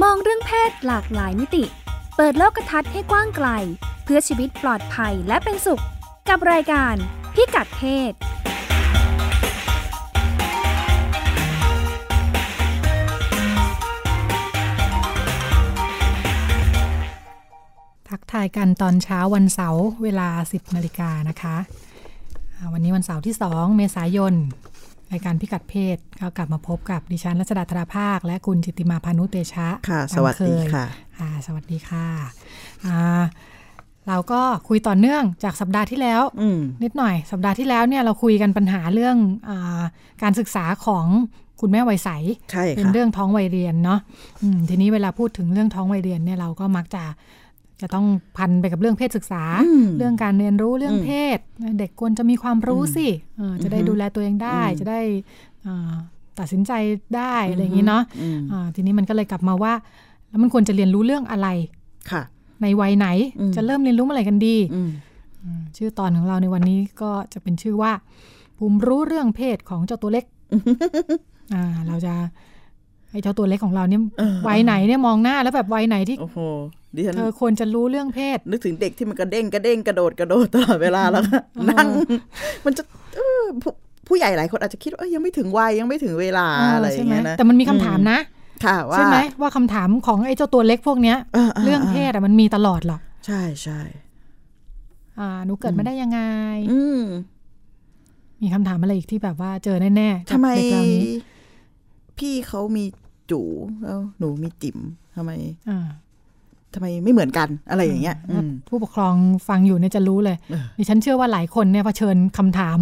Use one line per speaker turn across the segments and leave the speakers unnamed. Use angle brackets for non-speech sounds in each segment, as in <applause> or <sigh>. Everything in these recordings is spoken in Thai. ศหลากหลายมิติ เปิดโลกทัศน์ให้กว้างไกล เพื่อชีวิตปลอดภัยและเป็นสุข กับรายการพิกัดเพศ
ทักทายกันตอนเช้าวันเสาร์เวลา 10นาฬิกานะคะอ่าวันนี้วันเสาร์ที่ 2 เมษายน รายการพิกัดเพศก็กลับมาพบกับดิฉันรัชดาธราภาค และคุณจิตติมาพานุเตชะ
ค่ะ
ตาม
สวัสดี
เย
ค่ะ
อ่าสวัสดีค่ะอ่าเราก็คุยต่อเนื่องจากสัปดาห์ที่แล้ว
อืม
นิดหน่อย สัปดาห์ที่แล้วเนี่ยเราคุยกันปัญหาเรื่องอาการศึกษาของคุณแม่วัยใส
ใช่
เป็น
ค่ะ
เรื่องท้องวัยเรียนเนาะอืมทีนี้เวลาพูดถึงเรื่องท้องวัยเรียนเนี่ยเราก็มักจะจะต้องพันไปกับเรื่องเพศศึกษา
อืม
เรื่องการเรียนรู้เรื่อง
อืม
เพศ เด็กควรจะมีความรู้
อืม
สิเออจะได้
อือฮึ
ดูแลตัวเองได้
อืม
จะได้อ่าตัดสินใจได้อะไรอย่างนี้เนาะ
อืม
อ่าทีนี้มันก็เลยกลับมาว่า แล้วมันควรจะเรียนรู้เรื่องอะไร
ค่ะ
ในวัยไหน
อืม
จะเริ่มเรียนรู้เมื่อะไหรกันดี
อืม
อืมชื่อตอนของเราในวันนี้ก็จะเป็นชื่อว่าภูมิรู้เรื่องเพศของเจ้าตัวเล็ก อ่า เราจะไอ้เจ้าตัวเล็กของเราเนี่ย
เออ
วัยไหนเนี่ยมองหน้าแล้วแบบวัยไหนที่
โอ้โหดิฉัน
เธอควรจะรู้เรื่องเพศ
นึกถึงเด็กที่มันกระเด้งกระเด้งกระโดดกระโดดตลอดเวลาแล้วค่ะ
เออ
นั่ง มันจะเออผู้ผู้ใหญ่หลายคนอาจจะคิดว่าเอ้ยยังไม่ถึงวัยยังไม่ถึงเวลา
า
อะไรอ
ใช่
ย่าง
ไหม
เงี้ยนะ
แต่มันมีคำถามนะ
ค่ะว่า
ใช่ไหมว่าคำถามของไอ้เจ้าตัวเล็กพวกเนี้ย
าา
เรื่องเพศอะมันมีตลอดหรอก
ใช่ใช่
อ่าหนูเกิดมาได้ยังไง
อืม
มีคำถามอะไรอีกที่แบบว่าเจอแน่ๆกับ
ทำไม
เด็กเหล่านี้
พี่เขามีจูแล้วหนูมีจิ๋มทำไม
อ่า
ทำไมไม่เหมือนกันอะไรอย่างเงี้ย อืม
ผู้ปกครองฟังอยู่เนี่ยจะรู้เลย
เออ
ดิฉันเชื่อว่าหลายคนเนี่ยเผชิญคำถาม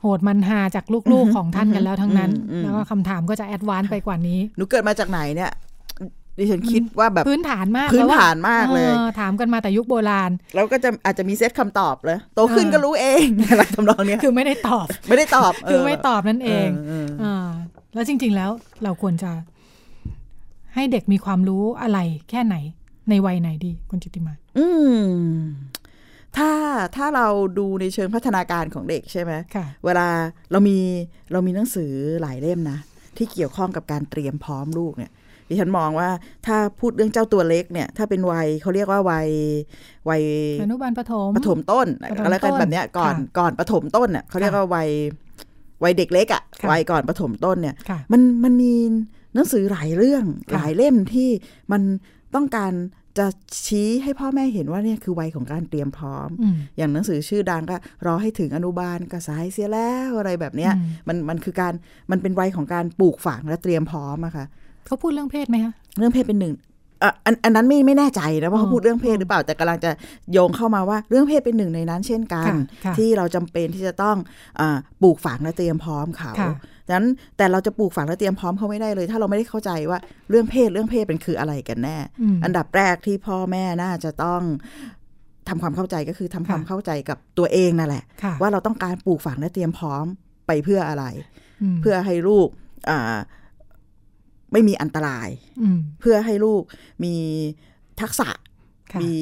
โหดมันหาจากลูกๆของท่านกันแล้วทั้งนั้น
อืม
แล้วก็คำถามก็จะแอดวานซ์ไปกว่านี้
หนูเกิดมาจากไหนเนี่ยดิฉันคิดว่าแบบ
พื้นฐานมาก
พื้น
แล้วอะ
ฐานมากเลย
ออถามกันมาแต่ยุคโบราณ
แล้วก็จะอาจจะมีเซตคำตอบเลยโตขึ้น
เออ
ก็รู้เอง <laughs> อะไรทำนองเนี้ย
คือไม่ได้ตอบ
ไม่ได้ตอบเ
คือไม่ตอบนั่นเอง
เออเออ
อ่าแล้วจริง ๆ แล้วเราควรจะ ให้เด็กมีความรู้อะไรแค่ไหน ในวัยไหนดีคุณจิตติมา
อืมถ้าถ้าเราดูในเชิงพัฒนาการของเด็กใช่ไหม
ค่ะ
เวลาเรามีเรามีหนังสือหลายเล่มนะ ที่เกี่ยวข้องกับการเตรียมพร้อมลูกเนี่ยดิฉันมองว่าถ้าพูดเรื่องเจ้าตัวเล็กเนี่ย ถ้าเป็นวัยเขาเรียกว่าวัยวัย
อนุบาลประถม
ปฐมต้น
ปฐม
อะไรกัน
ต้น
แบบเนี้ยก่อน
ค่ะ
ก่อนปฐมต้นน่ะเขาเรียกว่าวัยวัยเด็กเล็กอ่ะ
ค่ะ
วัยก่อนปฐมต้นเนี่ย
ค่ะ
มันมันมีหนังสือหลายเรื่อง
ค่ะ
หลายเล่มที่มันต้องการจะชี้ให้พ่อแม่เห็นว่าเนี่ยคือวัยของการเตรียมพร้อม
อืม
อย่างหนังสือชื่อดังก็รอให้ถึงอนุบาลก็สายเสียแล้วอะไรแบบเนี้ย
อืม
มันมันคือการมันเป็นวัยของการปลูกฝังและเตรียมพร้อมอะค่ะ
เขาพูดเรื่องเพศไหมคะ
เรื่องเพศเป็นหนึ่งอ่ะอันอันนั้นไม่ไม่แน่ใจนะว่า
อ๋อ
เขาพูดเรื่องเพศหรือเปล่าแต่กำลังจะโยงเข้ามาว่าเรื่องเพศเป็นหนึ่งในนั้นเช่นกัน
ค่ะค่ะ
ที่เราจำเป็นที่จะต้องอาปลูกฝังและเตรียมพร้อมเขา
ค่ะ
ดังนั้นแต่เราจะปลูกฝังและเตรียมพร้อมเขาไม่ได้เลย ถ้าเราไม่ได้เข้าใจว่าเรื่องเพศเรื่องเพศเป็นคืออะไรกันแน่
ม
อันดับแรกที่พ่อแม่น่าจะต้องทำความเข้าใจก็คือทำ
ค่ะ
ความเข้าใจกับตัวเองนั่นแหละ
ค่ะ
ว่าเราต้องการปลูกฝังและเตรียมพร้อมไปเพื่ออะไร
ม
เพื่อให้ลูกอ่าไม่มีอันตราย
ม
เพื่อให้ลูกมีทักษะ
ค่ะ
มี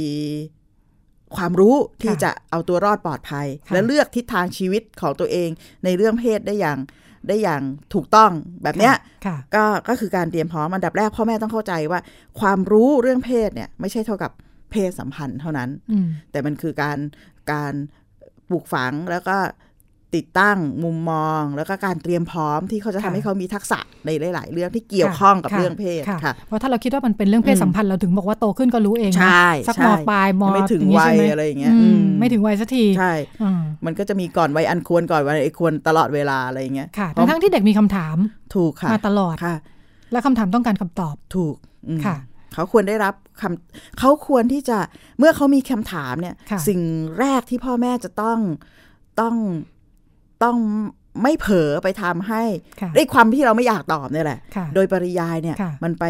ความรู้ที่
ค่ะ
จะเอาตัวรอดปลอดภัย
ค่ะ
และเลือกทิศทางชีวิตของตัวเองในเรื่องเพศได้อย่างได้อย่างถูกต้องแบบเนี้ย
ค่ะ
ก็ก็คือการเตรียมพร้อมอันดับแรกพ่อแม่ต้องเข้าใจว่า ความรู้เรื่องเพศเนี่ย ไม่ใช่เท่ากับเพศสัมพันธ์เท่านั้น
อืม
แต่มันคือการการปลูกฝังแล้วก็ติดตั้งมุมมอง แล้วก็การเตรียมพร้อมที่เขาจะทำ
ค่ะ
ให้เขามีทักษะในหลาย ๆ เรื่องที่เกี่ยว
ค่ะ
ข้องกับ
ค่ะ
เรื่องเพศค่ะ
เพราะถ้าเราคิดว่ามันเป็นเรื่องเพศ
อืม
สัมพันธ์เราถึงบอกว่าโตขึ้นก็รู้เองนะ
ใช่
สักม
ใช่
ปลายม
ยังไม่ถึง
อ
วั
ย่ายใช่ไหม
อะไรอย่างเงี้ย
อื
อื
มไม่ถึงวัยสักที
ใช่
อืม
มันก็จะมีก่อนวัยอันควรก่อนวัยอันควรตลอดเวลาอะไรอย่างเงี้ย
ค่ะ
เพราะ
ทั้งๆที่เด็กมีคำถาม
ถูกค่ะ
มาตลอด
ค่ะ
และคำถามต้องการคำตอบ
ถูกอืม
ค่ะ
เขาควรได้รับคำเขาควรที่จะเมื่อเขามีคำถามเนี่ย
ค่ะ
สิ่งแรกที่พ่อแม่จะต้องต้องต้องไม่เผลอไปทำให้
ค่ะ
ด้วยความที่เราไม่อยากตอบเนี่ยแหละ
ค่ะ
โดยปริยายเนี่ย
ค่ะ
มันไป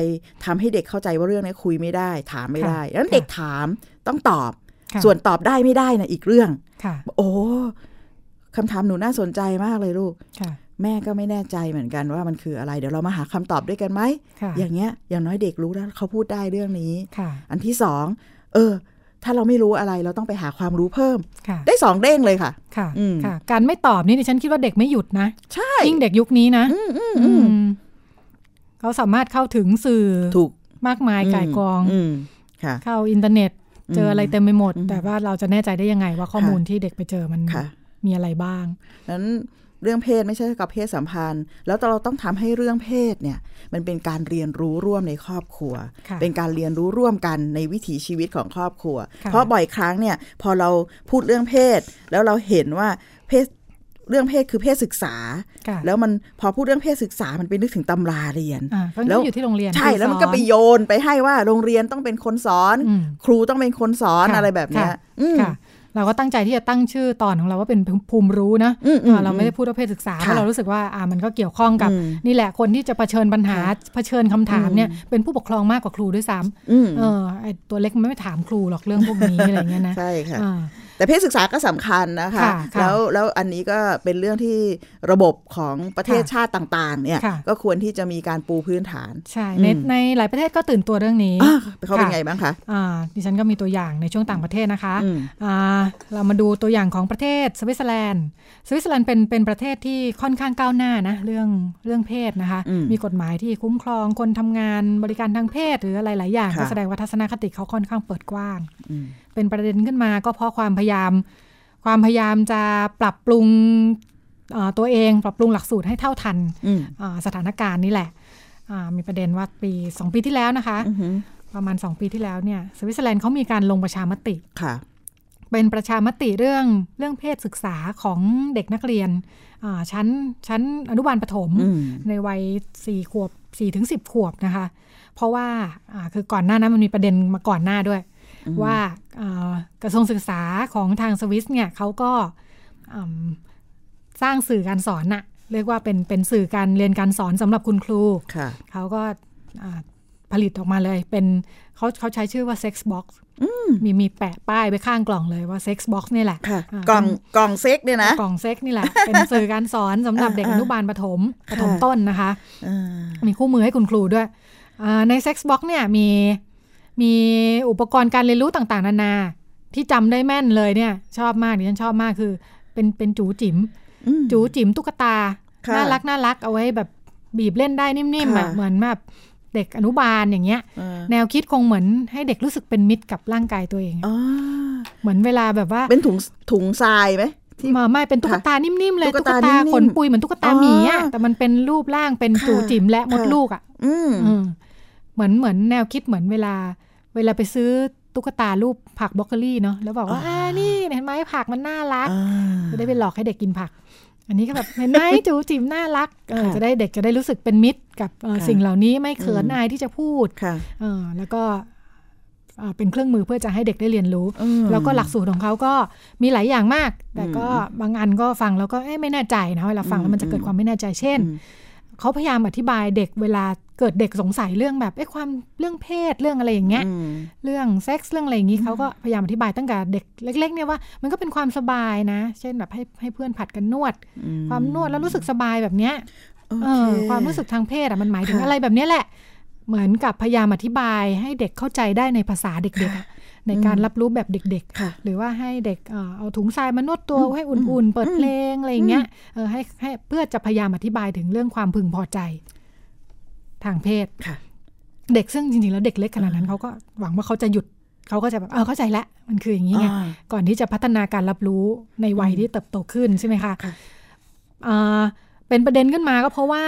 ทำให้เด็กเข้าใจว่าเรื่องนี้คุยไม่ได้ ถามไม่
ค่ะ
ได้ดังนั้น
ค่ะ
เด็กถามต้องตอบ
ค่ะ
ส่วนตอบได้ไม่ได้นะอีกเรื่อง
ค่ะ
โอ้คำถามหนูน่าสนใจมากเลยลูก
ค่ะ
แม่ก็ไม่แน่ใจเหมือนกันว่ามันคืออะไร เดี๋ยวเรามาหาคำตอบด้วยกันไหม
ค่ะ
อย่างเงี้ย อย่างน้อยเด็กรู้แล้วเขาพูดได้เรื่องนี้
ค่ะ
อันที่สองเออ ถ้าเราไม่รู้อะไรเราต้องไปหาความรู้เพิ่ม
ค่ะ
ได้สองเด้งเลยค่ะ
ค่ะ
อืม
ค่ะ การไม่ตอบนี่ดิฉันคิดว่าเด็กไม่หยุดนะ
ใช่
ยิ่งเด็กยุคนี้นะ
อืมอืมอืม
อืมเขาสามารถเข้าถึงสื่อ
ถูก
มากมายก่ายกอง
มค่ะ
เข้าอินเทอร์เน็ต เจออะไรเต็มไปหมด
อืม
แต่ว่าเราจะแน่ใจได้ยังไงว่าข้อมูลที่เด็กไปเจอมัน
ค่ะ
มีอะไรบ้าง
นั้นเรื่องเพศไม่ใช่กับเพศสัมพันธ์ แล้วเราต้องทำให้เรื่องเพศเนี่ย มันเป็นการเรียนรู้ร่วมในครอบครัว
ค่ะ
เป็นการเรียนรู้ร่วมกันในวิถีชีวิตของครอบครัว
ค่ะ
เพราะบ่อยครั้งเนี่ยพอเราพูดเรื่องเพศ แล้วเราเห็นว่าเพศเรื่องเพศคือเพศศึกษา
ค่ะ
แล้วมันพอพูดเรื่องเพศศึกษามันไปนึกถึงตำราเรียน
อ่าก็
แล้ว
อยู่ที่โรงเรียน
ใช่
ครู
แล้วมันก็ไป
สอ
โยนไปให้ว่าโรงเรียนต้องเป็นคนสอน
อืม
ครูต้องเป็นคนสอน
ค่ะ
อะไรแบบเนี้ย
ค่ะ
อืม
ค่ะ เราก็ตั้งใจที่จะตั้งชื่อตอนของเราว่าเป็นภูมิรู้นะ
อือื
อ่าเราไม่ได้พูดว่าเพศศึกษา
ค่ะ
เพราะเรารู้สึกว่าอ่ามันก็เกี่ยวข้องกับ
อืม
นี่แหละคนที่จะเผชิญปัญหา
ค่ะ
เผชิญคำถามเนี่ย
อืม
เป็นผู้ปกครองมากกว่าครูด้วยซ้ำ
อืม
เออไอตัวเล็กมันไม่ถามครูหรอกเรื่องพวกนี้ อะไรเงี้ยนะ
ใช่ค่ะ
อ่า
แต่เพศศึกษาก็สำคัญนะคะ
ค่ะค่ะ
แล้วแล้วอันนี้ก็เป็นเรื่องที่ระบบของประเทศ
ค่ะ
ชาติต่างๆ เนี่ย
ค่ะ
ก็ควรที่จะมีการปูพื้นฐาน
ใช่ใน
อืม
ในหลายประเทศก็ตื่นตัวเรื่องนี้
อ่ะเขาเป็น
ค่ะ
ไงบ้างคะ
อ่าดิฉันก็มีตัวอย่างในช่วงต่างประเทศนะคะ
อืม
อ่าเรามาดูตัวอย่างของประเทศสวิตเซอร์แลนด์ สวิตเซอร์แลนด์เป็นเป็นประเทศที่ค่อนข้างก้าวหน้านะเรื่องเรื่องเพศนะคะ
อืม
มีกฎหมายที่คุ้มครองคนทำงานบริการทางเพศหรืออะไรหลายอย่าง
ค่ะ
ก็แสดงว่าทัศนคติเขาค่อนข้างเปิดกว้าง
อืม
เป็นประเด็นขึ้นมาก็เพราะความพยายาม ความพยายามจะปรับปรุงเอ่อตัวเองปรับปรุงหลักสูตรให้เท่าทัน
อืม
อ่าสถานการณ์นี่แหละอ่ามีประเด็นว่าปี 2 ปีที่แล้วนะคะ
อือหือ
ประมาณ 2 ปีที่แล้วเนี่ยสวิตเซอร์แลนด์เขามีการลงประชามติ
ค่ะ
เป็นประชามติเรื่องเรื่องเพศศึกษาของเด็กนักเรียนอ่าชั้นชั้นอนุบาลประถม
อืม
ในวัยสี่ขวบสี่ถึงสิบขวบนะคะ เพราะว่าอ่าคือก่อนหน้านั้นมันมีประเด็นมาก่อนหน้าด้วย
อืม
ว่าอ่ากระทรวงศึกษาของทางสวิสเนี่ยเขาก็อืมสร้างสื่อการสอนน่ะเรียกว่าเป็นเป็นสื่อการเรียนการสอนสำหรับคุณครู
ค่ะ
เขาก็อ่าผลิตออกมาเลยเป็นเขาเขาใช้ชื่อว่า Sex Box มีมีแปะป้ายไว้ข้างกล่องเลยว่า Sex Box นี่แหละ
ค่ะ
าก
ล่องกล่องเซ็กเนี่ยนะ
กล่องเซ็กนี่แหละ เป็นสื่อการสอน <laughs> สำหรับเด็กอ
อ่า
นุบาลประถมประถม
ค่ะ
ต้นนะคะ
อ่า
มีคู่มือให้คุณครูด้วยอ่าใน Sex Box เนี่ยมีมีอุปกรณ์การเรียนรู้ต่างๆ นานา ที่จำได้แม่นเลยเนี่ย ชอบมากดิฉันชอบมากคือเป็นเป็นจูจิ๋ม
อืม
จูจิ๋มตุ๊กตา
ค่ะ
น่ารักน่ารักเอาไว้แบบบีบเล่นได้นิ่มๆ
ค่ะ
อ่ะเหมือนแบบเด็กอนุบาลอย่างเงี้ย
อ่า
แนวคิดคงเหมือนให้เด็กรู้สึกเป็นมิตรกับร่างกายตัวเอง
อ๋อ
เหมือนเวลาแบบว่า
เป็นถุงถุงทรายไหมที่
มาไม่เป็นตุ๊กตานิ่มๆเลย
ตุ๊
ตุ๊
ก
ก
ตา
ตา
นิ่มๆ
ขนปุยเหมือนตุ๊กตาหมีอ่ะ
อ๋อ
แต่มันเป็นรูปร่างเป็น
ค่ะ
จูจิ๋มและมด
ค่ะ
ลูกอ่ะ
อืม
อืมเหมือนเหมือนแนวคิดเหมือนเวลา เวลาไปซื้อตุ๊กตารูปผักบล็อกเกอรี่เนาะแล้วบอกว่าอ่านี่เห็นไหมผักมันน่ารัก
อ่า
จะได้ไปหลอกให้เด็กกินผัก อันนี้ก็
<laughs>
แบบ เห็นไหมจูจิ๋มน่ารักเออ
ค่ะ
จะได้เด็กจะได้รู้สึกเป็นมิตรกับเอ่อ
ค่ะ
สิ่งเหล่านี้ไม่เขิน
อืม
อายที่จะพูด
ค่ะ
เออแล้วก็เอ่อเป็นเครื่องมือเพื่อจะให้เด็กได้เรียนรู้
อืม
แล้วก็หลักสูตรของเขาก็มีหลายอย่างมาก แต่ก็
อืม
บางอันก็ฟังแล้วก็เอ๊ะไม่แน่ใจนะเวลาฟัง
อืม
แล้วมันจะเกิดความไม่แน่ใจ เช่น
อืม
เขาพยายามอธิบายเด็กเวลาเกิดเด็กสงสัยเรื่องแบบเอ๊ะความเรื่องเพศเรื่องอะไรอย่างเงี้ย
อืม
เรื่องเซ็กส์เรื่องอะไรอย่างนี้เขาก็พยายามอธิบายตั้งแต่เด็กเล็ก ๆ เนี่ยว่ามันก็เป็นความสบายนะ เช่นแบบให้ให้เพื่อนผัดกันนวด
อืม
ความนวดแล้วรู้สึกสบายแบบเนี้ย
โอ
เอ
เค
อความรู้สึกทางเพศอะมันหมายถึง
ค่ะ
อะไรแบบเนี้ยแหละ เหมือนกับพยายามอธิบายให้เด็กเข้าใจได้ในภาษาเด็กๆอะในการรับรู้แบบเด็ก
ค่ะ
ๆ หรือว่าให้เด็กเอ่อเอาถุงทรายมานวดตัวให้
อื
อุ่น
ม
ๆ เปิด
อืม
เพลงอะไรอย่างเงี้ยเออให้ให้เพื่อจะพยายามอธิบายถึงเรื่องความพึงพอใจ ทางเพศ
ค่ะ
เด็กซึ่งจริงๆ แล้วเด็กเล็กขนาดนั้นเขาก็หวังว่าเขาจะหยุดเขาก็จะแบบเออเข้าใจแล้วมันคืออย่างนี้ไง
อ่า
ก่อนที่จะพัฒนาการรับรู้ในวัยที่เติบโตขึ้นใช่ไหมคะ
ค่ะ
อ่าเป็นประเด็นขึ้นมาก็เพราะว่า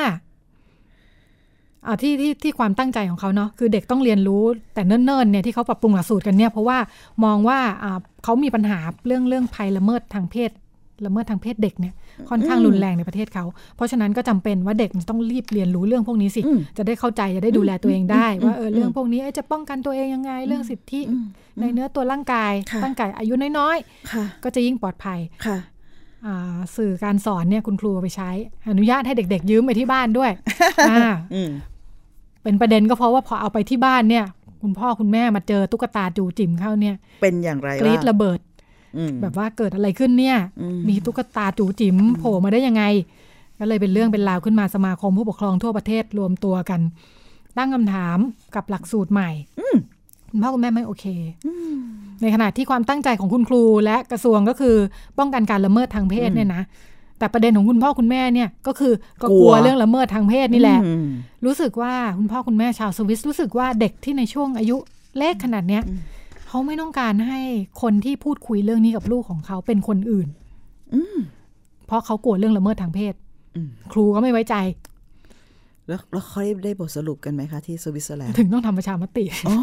อ่าที่ที่ที่ความตั้งใจของเขาเนาะคือเด็กต้องเรียนรู้แต่เนิ่นๆเนี่ยที่เขาปรับปรุงหลักสูตรกันเนี่ยเพราะว่ามองว่าอ่าเขามีปัญหาเรื่องเรื่องภัยละเมิดทางเพศละเมิดทางเพศเด็กเนี่ยค่อนข้างรุนแรงในประเทศเขาเพราะฉะนั้นก็จำเป็นว่าเด็กมันต้องรีบเรียนรู้เรื่องพวกนี้สิ
อืม
จะได้เข้าใจจะได้ดูแลตัวเองได้
อืม
ว่าเออ
ม
เรื่องพวกนี้เอ้ยจะป้องกันตัวเองยังไงเรื่องสิทธิ
อืม
ในเนื้อตัวร่างกาย
ค่ะ
ร่างกายอายุน้อย
ค่ะ
ๆ ก็จะยิ่งปลอดภัย
ค่ะ
อ่าสื่อการสอนเนี่ยคุณครูเอาไปใช้ อนุญาตให้เด็กๆ ยืมไปที่บ้าน
<laughs>
ด้วยอ่า
อืม
เป็นประเด็นก็เพราะว่าพอเอาไปที่บ้านเนี่ย คุณพ่อคุณแม่มาเจอตุ๊กตาจูจิ๋มเข้าเนี่ย
เป็นอย่างไร
กรีด
บ้าง
ระเบิด
อืม
แบบว่าเกิดอะไรขึ้นเนี่ย
อืม
มีตุ๊กตาจูจิ๋มโผล่มาได้ยังไง ก็เลยเป็นเรื่องเป็นราวขึ้นมาสมาคมผู้ปกครองทั่วประเทศรวมตัวกัน ตั้งคำถามกับหลักสูตรใหม่คุณพ่อคุณแม่ไม่โอเค ในขณะที่ความตั้งใจของคุณครูและกระทรวงก็คือป้องกันการละเมิดทางเพศเนี่ยนะ แต่ประเด็นของคุณพ่อคุณแม่เนี่ยก็คือก็
กลั
ก
ว
ลัวเรื่องละเมิดทางเพศนี่แหละ
อืม
รู้สึกว่าคุณพ่อคุณแม่ชาวสวิสรู้สึกว่าเด็กที่ในช่วงอายุเล็กขนาดเนี้ย
อืม
เขาไม่ต้องการให้คนที่พูดคุยเรื่องนี้กับลูกของเขาเป็นคนอื่น
อืม
เพราะเขากลัวเรื่องละเมิดทางเพศ
อืม
ครูก็ไม่ไว้ใจ
แล้วแล้วเขาได้ได้บทสรุปกันไหมคะที่สวิตเซอร์แลนด์
ถึงต้องทำประชาม
<laughs>
ติ
อ๋อ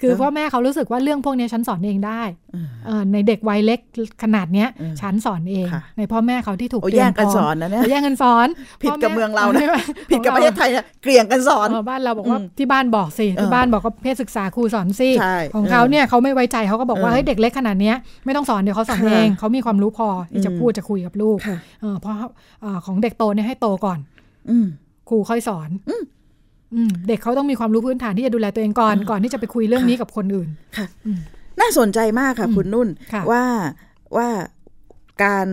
คือพ่อแม่เขารู้สึกว่าเรื่องพวกเนี้ยฉันสอนเองได้
เออ
เอ่อในเด็กวัยเล็กขนาดเนี้ย
เออ
ฉันสอนเอง
ค่ะ
ในพ่อแม่เขาที่ถูก
โอ้
เตรี
แย่
ย
ง
ม
กัน
พร้อม
สอนนะเนี่ย
เขาแย่งกันสอน
ผิดกับ
พ่แ
เมืองเรานะ
ใช่ไหม
ผิดกับประเทศไทยนะเกลี่ยงกันสอน
เออบ้านเราบอกว่า
อืม
ที่บ้านบอกสิที่
เออ
บ้านบอกว่าเพศศึกษาครูสอนสิ
ใช่
ของเขาเนี่ยเขาไม่ไว้ใจเขาก็บอกว่า
เออ
เฮ้ยเด็กเล็กขนาดเนี้ยไม่ต้องสอนเดี๋ยวเขาสอน
ค่ะ
เองเขามีความรู้พอที่จะ
อืม
พูดจะคุยกับลูก
ค่ะ
เออเพราะเอ่อของเด็กโตเนี่ยให้โตก่อน
อืม
ครูค่อยสอนอืมเด็กเขาต้องมีความรู้พื้นฐานที่จะดูแลตัวเองก่อน ก่อนที่จะไปคุยเรื่องนี้กับคนอื่น
ค่ะ
อืม
น่าสนใจมากค่ะ
อืม
คุณนุ่น
ค่ะ
ว่าว่าการ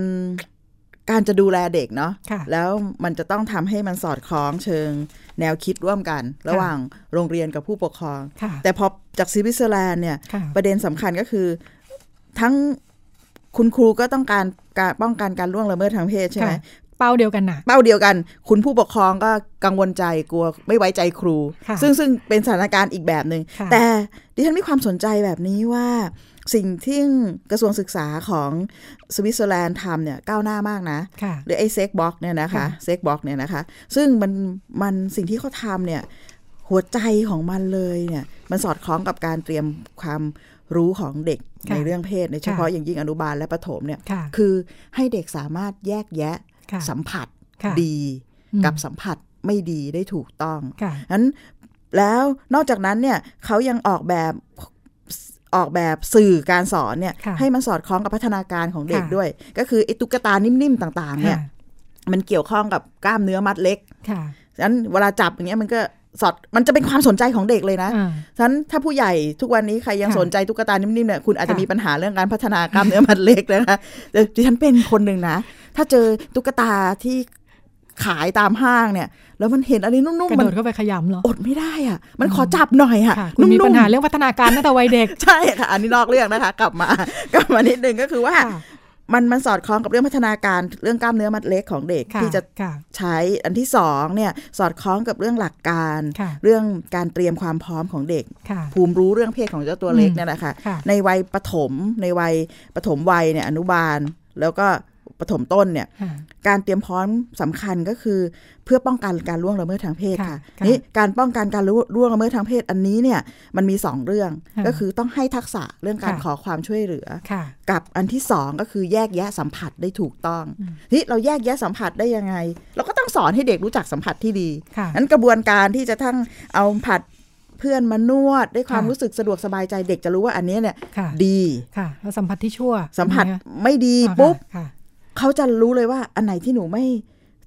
การจะดูแลเด็กเนาะ
ค่ะ
แล้วมันจะต้องทำให้มันสอดคล้องเชิงแนวคิดร่วมกัน ระหว่างโรงเรียนกับผู้ปกครอง
ค่ะ
แต่พอจากสวิตเซอร์แลนด์เนี่ย
ค่ะ
ประเด็นสำคัญก็คือ ทั้งคุณครูก็ต้องการการป้องกันการล่วงละเมิดทางเพศใช่ไหม
ค่ะ เป้าเดียวกันน่ะ
เป้าเดียวกัน คุณผู้ปกครองก็กังวลใจกลัวไม่ไว้ใจครู
ค่ะ
ซึ่งซึ่งเป็นสถานการณ์อีกแบบหนึ
ค่ะ
่งแต่ดิฉันมีความสนใจแบบนี้ว่า สิ่งที่กระทรวงศึกษาของสวิตเซอร์แลนด์ทำเนี่ยก้าวหน้ามากนะ
ค่ะ
หรือไอ้เซ็กบ็อกเนี่ยนะคะ
ค่ะ
เซ็กบ็อกเนี่ยนะคะ ซึ่งมันมันสิ่งที่เขาทำเนี่ย หัวใจของมันเลยเนี่ย มันสอดคล้องกับการเตรียมความรู้ของเด็ก
ค่ะ
ในเรื่องเพศโดยเฉพาะอย่างยิ่งอนุบาลและประถมเนี่ย
ค่ะ
คือให้เด็กสามารถแยกแยะ
ค่ะ
สัมผัส
ค่ะ
ดี
อืม
กับสัมผัสไม่ดีได้ถูกต้อง
ค่ะ
นั้นแล้วนอกจากนั้นเนี่ยเขายังออกแบบออกแบบสื่อการสอนเนี่ย
ค่ะ
ให้มันสอดคล้องกับพัฒนาการของเด็ก
ค่ะ
ด้วย ก็คือไอ้ตุ๊กตานิ่มๆต่างๆเนี่ย
ค่ะ
มันเกี่ยวข้องกับกล้ามเนื้อมัดเล็ก
ค่ะ
ฉะนั้นเวลาจับอย่างเงี้ยมันก็สอด มันจะเป็นความสนใจของเด็กเลยนะ
อ่า
ฉะนั้นถ้าผู้ใหญ่ทุกวันนี้ใครยัง
ค่ะ
สนใจตุ๊กตานิ่มๆเนี่ยคุณอาจจะ
ค่ะ
มีปัญหาเรื่องการพัฒนากล้ามเนื้อมัดเล็กนะคะ <laughs> แต่ดิฉันเป็นคนหนึ่งนะ ถ้าเจอตุ๊กตาที่ขายตามห้างเนี่ย แล้วมันเห็นอะไรนุ่ม
กระ
ๆ มั
โด
น
ดเข้าไปขยำเหรอ
อดไม่ได้อ่ะ มันขอจับหน่อยอ่ะ
ค่ะคุณ
นุ่
มีปัญ
ม
หาเรื่องพัฒนาการตั้งแต่วัยเด็ก
ๆใช่ค่ะ อันนี้นอกเรื่องนะคะ กลับมาก <laughs> ลับมานิดนึงก็คือว่า
ค่ะ
มันมันสอดคล้องกับเรื่องพัฒนาการเรื่องกล้ามเนื้อมัดเล็กของเด็ก
ค่ะ
ที่จะ
ค่ะ
ใช้อันที่สองเนี่ยสอดคล้องกับเรื่องหลักการ
ค่ะ
เรื่องการเตรียมความพร้อมของเด็ก
ค่ะ
ภูมิรู้เรื่องเพศของเจ้าตัวเล็ก
อืม
เนี่ยนะคะ
ค่ะ
ในวัยปฐมในวัยปฐมวัยเนี่ยอนุบาล แล้วก็ปฐมต้นเนี่ย
ค่ะ
การเตรียมพร้อมสำคัญก็คือ เพื่อป้องกันการล่วงละเมิดทางเพศ
ค่ะ
ค่ะ
ค่ะ
นี่การป้องกันการล่วงละเมิดทางเพศอันนี้เนี่ยมันมีสองเรื่อง
ค่ะ
ก็คือต้องให้ทักษะเรื่องการ
ค่ะ
ขอความช่วยเหลือ
ค่ะ
กับอันที่สองก็คือแยกแยะสัมผัสได้ถูกต้อง
อืม
นี่เราแยกแยะสัมผัสได้ยังไง เราก็ต้องสอนให้เด็กรู้จักสัมผัสที่ดี
ค่ะ
นั้นกระบวนการที่จะทั้งเอาผัดเพื่อนมานวดด้วยความ
ค่ะ
รู้สึกสะดวกสบายใจเด็กจะรู้ว่าอันเนี้ยเนี่ย
ค่ะ
ดี
ค่ะแล้วสัมผัสที่ชั่ว
สัมผัส
เนี่ย
ไม่ดี
อ่าค่ะ
ปุ๊บ
ค่ะ
เขาจะรู้เลยว่าอันไหนที่หนูไม่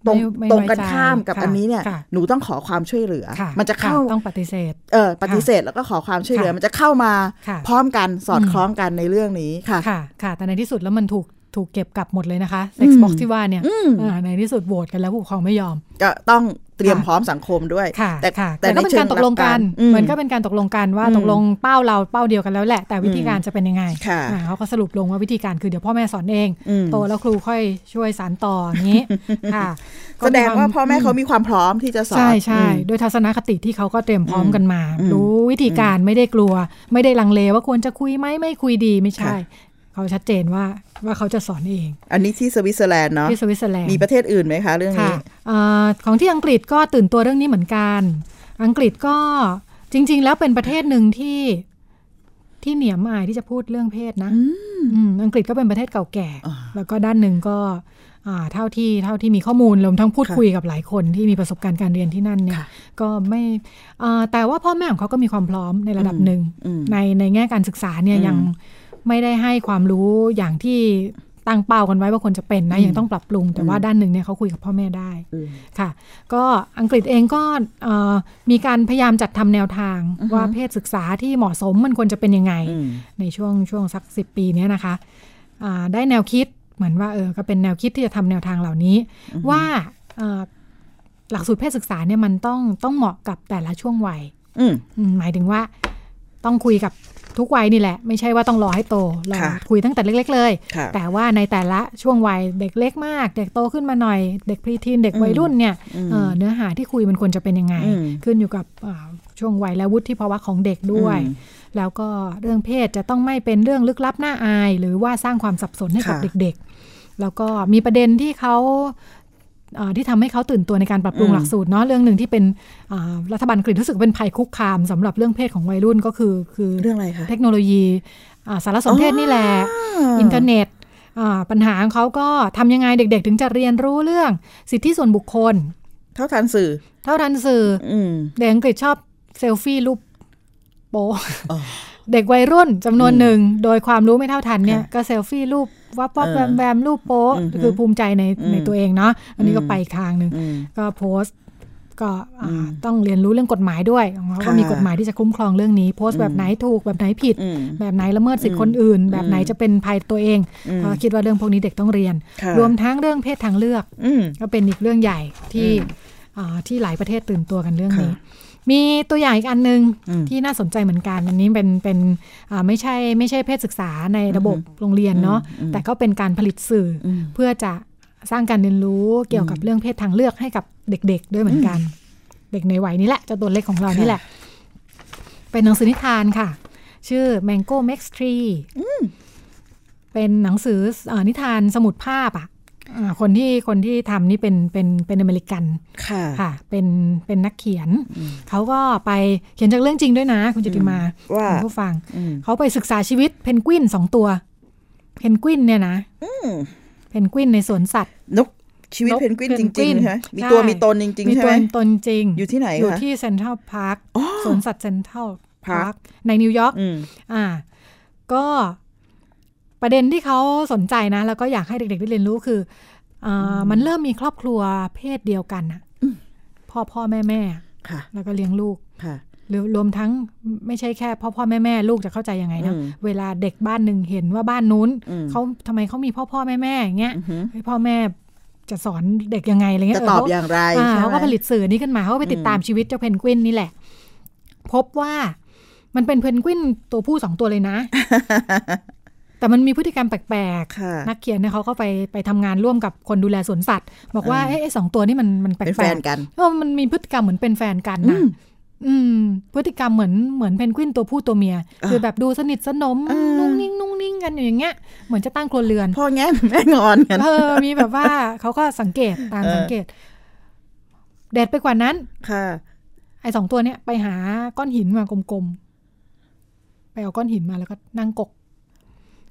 ตรง
ไม่ไม่
ตรง
ไว้
กัน
ใจ
ข้ามกับ
ค่ะ
อันนี้เนี่ย
ค่ะ
หนูต้องขอความช่วยเหลือ
ค่
มันจะเข้า
ค่ต้องปฏิเสธ
เออปฏิเสธแล้วก็ขอความช่วยเหลือ
ค่ะ
มันจะเข้ามา
ค่ะ
พร้อมกันสอดคล้องกันในเรื่องนี้ค่ะ
ค่ะ ค่ะ แต่ในที่สุดแล้วมันถูกถูกเก็บกลับหมดเลยนะคะ Sex Box ที่ว่าเนี่ยอ่าในที่สุดโหวตกันแล้วผู้ปกครองไม่ยอม
ก็ต้องเตรียม
ค่ะ
พร้อมสังคมด้วย
ค่ะ
แต่
ค่ะ
แต่
แต่ก็
ใน
เป็น
เชิ
การ
ง
ตกลงกัน
หลักการอืม
เหมือนก็เป็นการตกลงกันว่า
อืม
ตกลงเป้าเราเป้าเดียวกันแล้วแหละ แต่วิธีการจะเป็นยังไง
ค่ะ
อ่าเขาก็สรุปลงว่าวิธีการคือเดี๋ยวพ่อแม่สอนเอง
อืม
โตแล้วครูค่อยช่วยสานต่ออย่าง
<laughs>
นี้ ค่ะก็
แสดง
มีค
ว่าพ่อแม่เขามีความพร้อมที่จะสอน
ใช่ใช่
อืม
โดวยทัศนคติที่เขาก็เตรียมพร้อม
อืม
กันมา
อืม
รู้วิธีการไม่ได้กลัว ไม่ได้ลังเลว่าควรจะคุยไหมไม่คุยดีไม่ใช่
ค่ะ
เขาชัดเจนว่าว่าเขาจะสอนเอง
อันนี้ที่สวิตเซอร์แลนด์เนาะ
ที่สวิตเซอร์แลนด์
มีประเทศอื่นไหมคะ เรื่อง
ค่ะ
นี้
เออของที่อังกฤษก็ตื่นตัวเรื่องนี้เหมือนกัน อังกฤษก็จริง ๆ แล้วเป็นประเทศหนึ่งที่ที่เหนียมอายที่จะพูดเรื่องเพศนะอืมอังกฤษก็เป็นประเทศเก่าแก่
อ่า
แล้วก็ด้านหนึ่งก็อ่าเท่าที่เท่าที่มีข้อมูลรวมทั้งพูด
ค่ะ
คุยกับหลายคนที่มีประสบการณ์การเรียนที่นั่นเนี่ย
ค่ะ
ก็ไม่อ่าแต่ว่าพ่อแม่ของเขาก็มีความพร้อมในระดับหนึ่ง
อืม
ในในแง่การศึกษาเนี่ย
อืม
ยังไม่ได้ให้ความรู้อย่างที่ตั้งเป้ากันไว้ว่าคนจะเป็นนะ
อืม
ยังต้องปรับปรุง แต่ว่า
อืม
ด้านหนึ่งเนี่ยเขาคุยกับพ่อแม่ได้
อืม
ค่ะ ก็อังกฤษเองก็เอ่อมีการพยายามจัดทำแนวทาง
อือฮึ
ว่าเพศศึกษาที่เหมาะสมมันควรจะเป็นยังไง
อืม
ในช่วงช่วงสักสิปีเนี้ยนะคะอ่าได้แนวคิดเหมือนว่าเออก็เป็นแนวคิดที่จะทำแนวทางเหล่านี้
อือฮึ
ว่าเอ่อหลักสูตรเพศศึกษาเนี่ยมันต้องต้องเหมาะกับแต่ละช่วงวัย
อืม
อืมหมายถึงว่า ต้องคุยกับทุกวัยนี่แหละ ไม่ใช่ว่าต้องรอให้โตเรา
ค่ะ
คุยตั้งแต่เล็ก ๆ เลย
ค่ะ
แต่ว่าในแต่ละช่วงวัยเด็กเล็กมาก เด็กโตขึ้นมาหน่อย เด็กพรีทีนเด็กวัยรุ่นเนี่ย
อืม
เอ่อเนื้อหาที่คุยมันควรจะเป็นยังไง
อืม
ขึ้นอยู่กับอ่าช่วงวัยและวุฒิภาวะของเด็กด้วย
อืม
แล้วก็เรื่องเพศจะต้องไม่เป็นเรื่องลึกลับน่าอาย หรือว่าสร้างความสับสนให้กับ
ค่ะ
เด็กๆ แล้วก็มีประเด็นที่เขาเอ่อที่ทำให้เขาตื่นตัวในการปรับปรุงหลักสูตรเนาะเรื่องหนึ่งที่เป็นอ่ารัฐบาลอังกรีรู้สึกเป็นภัยคุกคามสำหรับเรื่องเพศของวัยรุ่นก็คือคือ
เรื่องอะไรคะ
เทคโนโลยีอ่าสารสนเทศนี่แหละ อินเทอร์เน็ตอ่าปัญหาของเขาก็ทำยังไงเด็กๆ ถึงจะเรียนรู้เรื่องสิทธิส่วนบุคคล
เท่าทันสื่อ
เท่าทันสื่อ
อืม
เด็กอังกฤษชอบเซลฟี่รูปโป๊ะ
อ๋อ
<laughs> เด็กวัยรุ่นจำนวนหนึ่ง โดยความรู้ไม่เท่าทันเนี่ย
ค่ะ
ก็เซลฟี่รูปวับวับ
เออ
แวมแวมรูปโป๊ะ
อือหือ
คือภูมิใจใน
อืม
ในตัวเองเนาะอันนี้ก็
อืม
ไปอีกทางหนึ่ง
อืม
ก็โพสต์ก็อ่า
อืม
ต้องเรียนรู้เรื่องกฎหมายด้วยของเขาก็
ค่ะ
มีกฎหมายที่จะคุ้มครองเรื่องนี้ โพสต์
อืม
แบบไหนถูกแบบไหนผิด
อืม
แบบไหนละเมิดสิทธิ
อืม
คนอื่น
อืม
แบบไหนจะเป็นภัยตัวเอง
อืม
เพราะคิดว่าเรื่องพวกนี้เด็กต้องเรียน
ค่ะ
รวมทั้งเรื่องเพศทางเลือก
อืม
ก็เป็นอีกเรื่องใหญ่ที่
อืม
อ่าที่หลายประเทศตื่นตัวกันเรื่องนี้
ค่ะ
มีตัวอย่างอีกอันหนึง
อืม
ที่น่าสนใจเหมือนกันอันนี้เป็นเป็นอ่าไม่ใช่ไม่ใช่เพศศึกษาในระบบโรงเรียนเนาะ
อืม
แต่ก็เป็นการผลิตสื่ออ
อืม
เพื่อจะสร้างการเรียนรู้เกี่ยวกับเรื่องเพศทางเลือกให้กับเด็ก ๆ ด้วยเหมือนกัน เด็กในวัยนี้แหละเจ้าตัวเล็กของเรานี่แหละ เป็นหนังสือนิทานค่ะ ชื่อ Mango Max Tree เป็นหนังสือเออนิทานสมุดภาพอ่ะอ่าคนที่คนที่ทำนี่เป็นเป็นเป็นอเมริกัน
ค่ะ
ค่ะ เป็นเป็นนักเขียน
อืม
เขาก็ไปเขียนจากเรื่องจริงด้วยนะ คุณจิติมา
ว่า
คุณผู้ฟัง
อืม
เขาไปศึกษาชีวิตเพนกวินสองตัวเพนกวินเนี่ยนะ
ม
เพนกวินในสวนสัตว์
นกชีวิต
นก
เพนกวิน
เพ
จ
นกวิ
ริง
น
ๆใช่ไหมมี
ใช่
ตัวมีตนจริง
มี
ๆ
ตั
ใช่ไห
ว
ม
ตนจริง
อยู่ที่ไหน
อยู่
คะ
ที่เซ n นทรัลพาร์ค
อ๋อ
สวนสัตว์เซ n นทรัลพา
Park
ร์คในนิวยอร์ก
อืม
อ่าก็ประเด็นที่เขาสนใจนะ แล้วก็อยากให้เด็กๆได้เรียนรู้คืออ่ามันเริ่มมีครอบครัวเพศเดียวกันน่ะ
อืม
พ่อพ่อแม่แม่
ค่ะ
แล้วก็เลี้ยงลูก
ค่ะ
หรือรวมทั้งไม่ใช่แค่พ่อพ่อแม่แม่ลูกจะเข้าใจยังไงนะ
อืม
เวลาเด็กบ้านหนึ่งเห็นว่าบ้านนู้น
อืม
เขาทำไมเขามีพ่อพ่อแม่แม่อย่างเงี้ย
อือหือ
ให้พ่อแม่จะสอนเด็กยังไงอะไรเงี้ย
จะ
เออ
ตอบ
เขา
อย่างไร
อ่า
ใช่ไหม
เขาก็ผลิตสื่อนี้ขึ้นมาเขาก็ไปติดตามชีวิตเจ้าเพนกวินนี่แหละ พบว่ามันเป็นเพนกวินตัวผู้สองตัวเลย
<laughs>
นะ แต่มันมีพฤติกรรมแปลก
ค่ะ
นักเขียนเนี่ยเขาก็ไปไปทำงานร่วมกับคนดูแลสวนสัตว์ บอกว่า
อ่า
เอ๊ะไอ้สองตัวนี่มันมันแปล
เป็นแฟ
ก
นกัน
ๆเออมันมีพฤติกรรมเหมือนเป็นแฟนกันนะ
อืม
อืม พฤติกรรมเหมือนเหมือนเพนกวินตัวผู้ตัวเมีย
อ่า
คือแบบดูสนิทสนม
อ่านุ่
นุ่งนิ่งนุ่งนิ่งกันอยู่อย่างเงี้ยเหมือนจะตั้งครัวเรือน
พ่อแง่แม่งอนกัน
เออ มีแบบว่าเขาก็สังเกตตาม
เออ
สังเกต เด็ดไปกว่านั้น
ค่ะ
ไอ้สองตัวเนี้ยไปหาก้อนหินมากลมๆ ไปเอาก้อนหินมาแล้วก็นั่งกก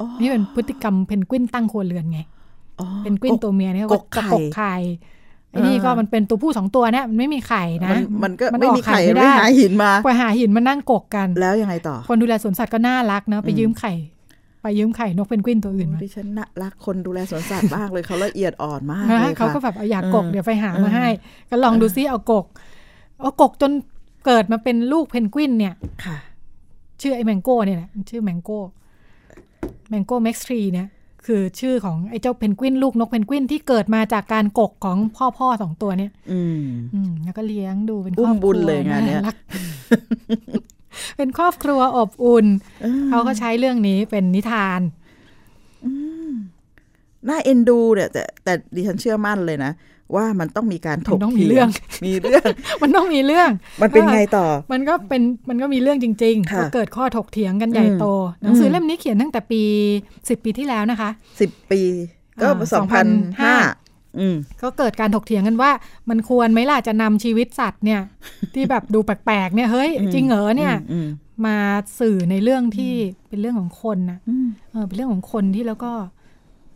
อ๋อ
นี่เป็นพฤติกรรมเพนกวินตั้งครัวเรือนไง
อ๋อ
เพนกวินตัวเมียเนี่ยเขา
ก
ก็
ก
จะ
ไข่
กกไข่ไอ้นี่
เออ
ก็มันเป็นตัวผู้สองตัวเนี่ยมันไม่มีไข่นะ
มันมันก็
น
ไม่
ออ
มีใครไม่หาหินมา
ไปหาหินมานั่งกกกัน
แล้วยังไงต่อ
คนดูแลสวนสัตว์ก็น่ารักเนาะไป
อืม
ยืมไข่ ไปยืมไข่นกเพนกวินตัวอื่นมา
ดิฉันน่ะรักคนดูแลสวนสัตว์มากเลยเขา <laughs> ละเอียดอ่อนมากเล
นะ
ย
เขา
ค่ะ
ก็แบบเอาอยาก
เออก
กเดี๋ยวไปหา
เออ
มาให้ ก็ลองดูซิเอากกเอากกจนเกิดมาเป็นลูกเพนกวินเนี่ย
ค่ะ
ชื่อไอ้แมงโก้เนี่ยแหละมันชื่อแมงโก้แมงโก้แม็กซ์ทรีเนี่ย คือชื่อของไอ้เจ้าเพนกวินลูกนกเพนกวินที่เกิดมาจากการกกของพ่อพ่อสองตัวเนี่ย
อืม
อืมแล้วก็เลี้ยงดูเป็นคร
อุ้
อบ
ม
ครัว
บุญเลยงานเนี้ย
รัก <laughs> เป็นครอบครัวอบอุ่นเขาก็ใช้เรื่องนี้เป็นนิทาน
น่าเอ็นดูเนี่ยแต่แต่ดิฉันเชื่อมั่นเลยนะ ว่ามันต้องมีการถก
มันต้องมี
ถีย
เรื่อง
มีเรื่อง
<laughs> มันต้องมีเรื่อง
มันเป็นไงต่อ
มันก็เป็นมันก็มีเรื่องจริงๆ
ค่ะ
ก็เกิดข้อถกเถียงกันใหญ่โต หนังสือเล่มนี้เขียนตั้งแต่ปี 10 ปีที่แล้วนะคะ
สิบปีก็
อ่า
สองพันห้าอืม
ก็เกิดการถกเถียงกันว่า มันควรไหมล่ะจะนำชีวิตสัตว์
<laughs>
เนี่ย ที่แบบดูแปลกๆเนี่ยเฮ้ย
อืม
จริงเหรอเนี่ย
อืม
มาสื่อในเรื่องที่เป็นเรื่องของคนนะ
อืม
เออเป็นเรื่องของคนที่แล้วก็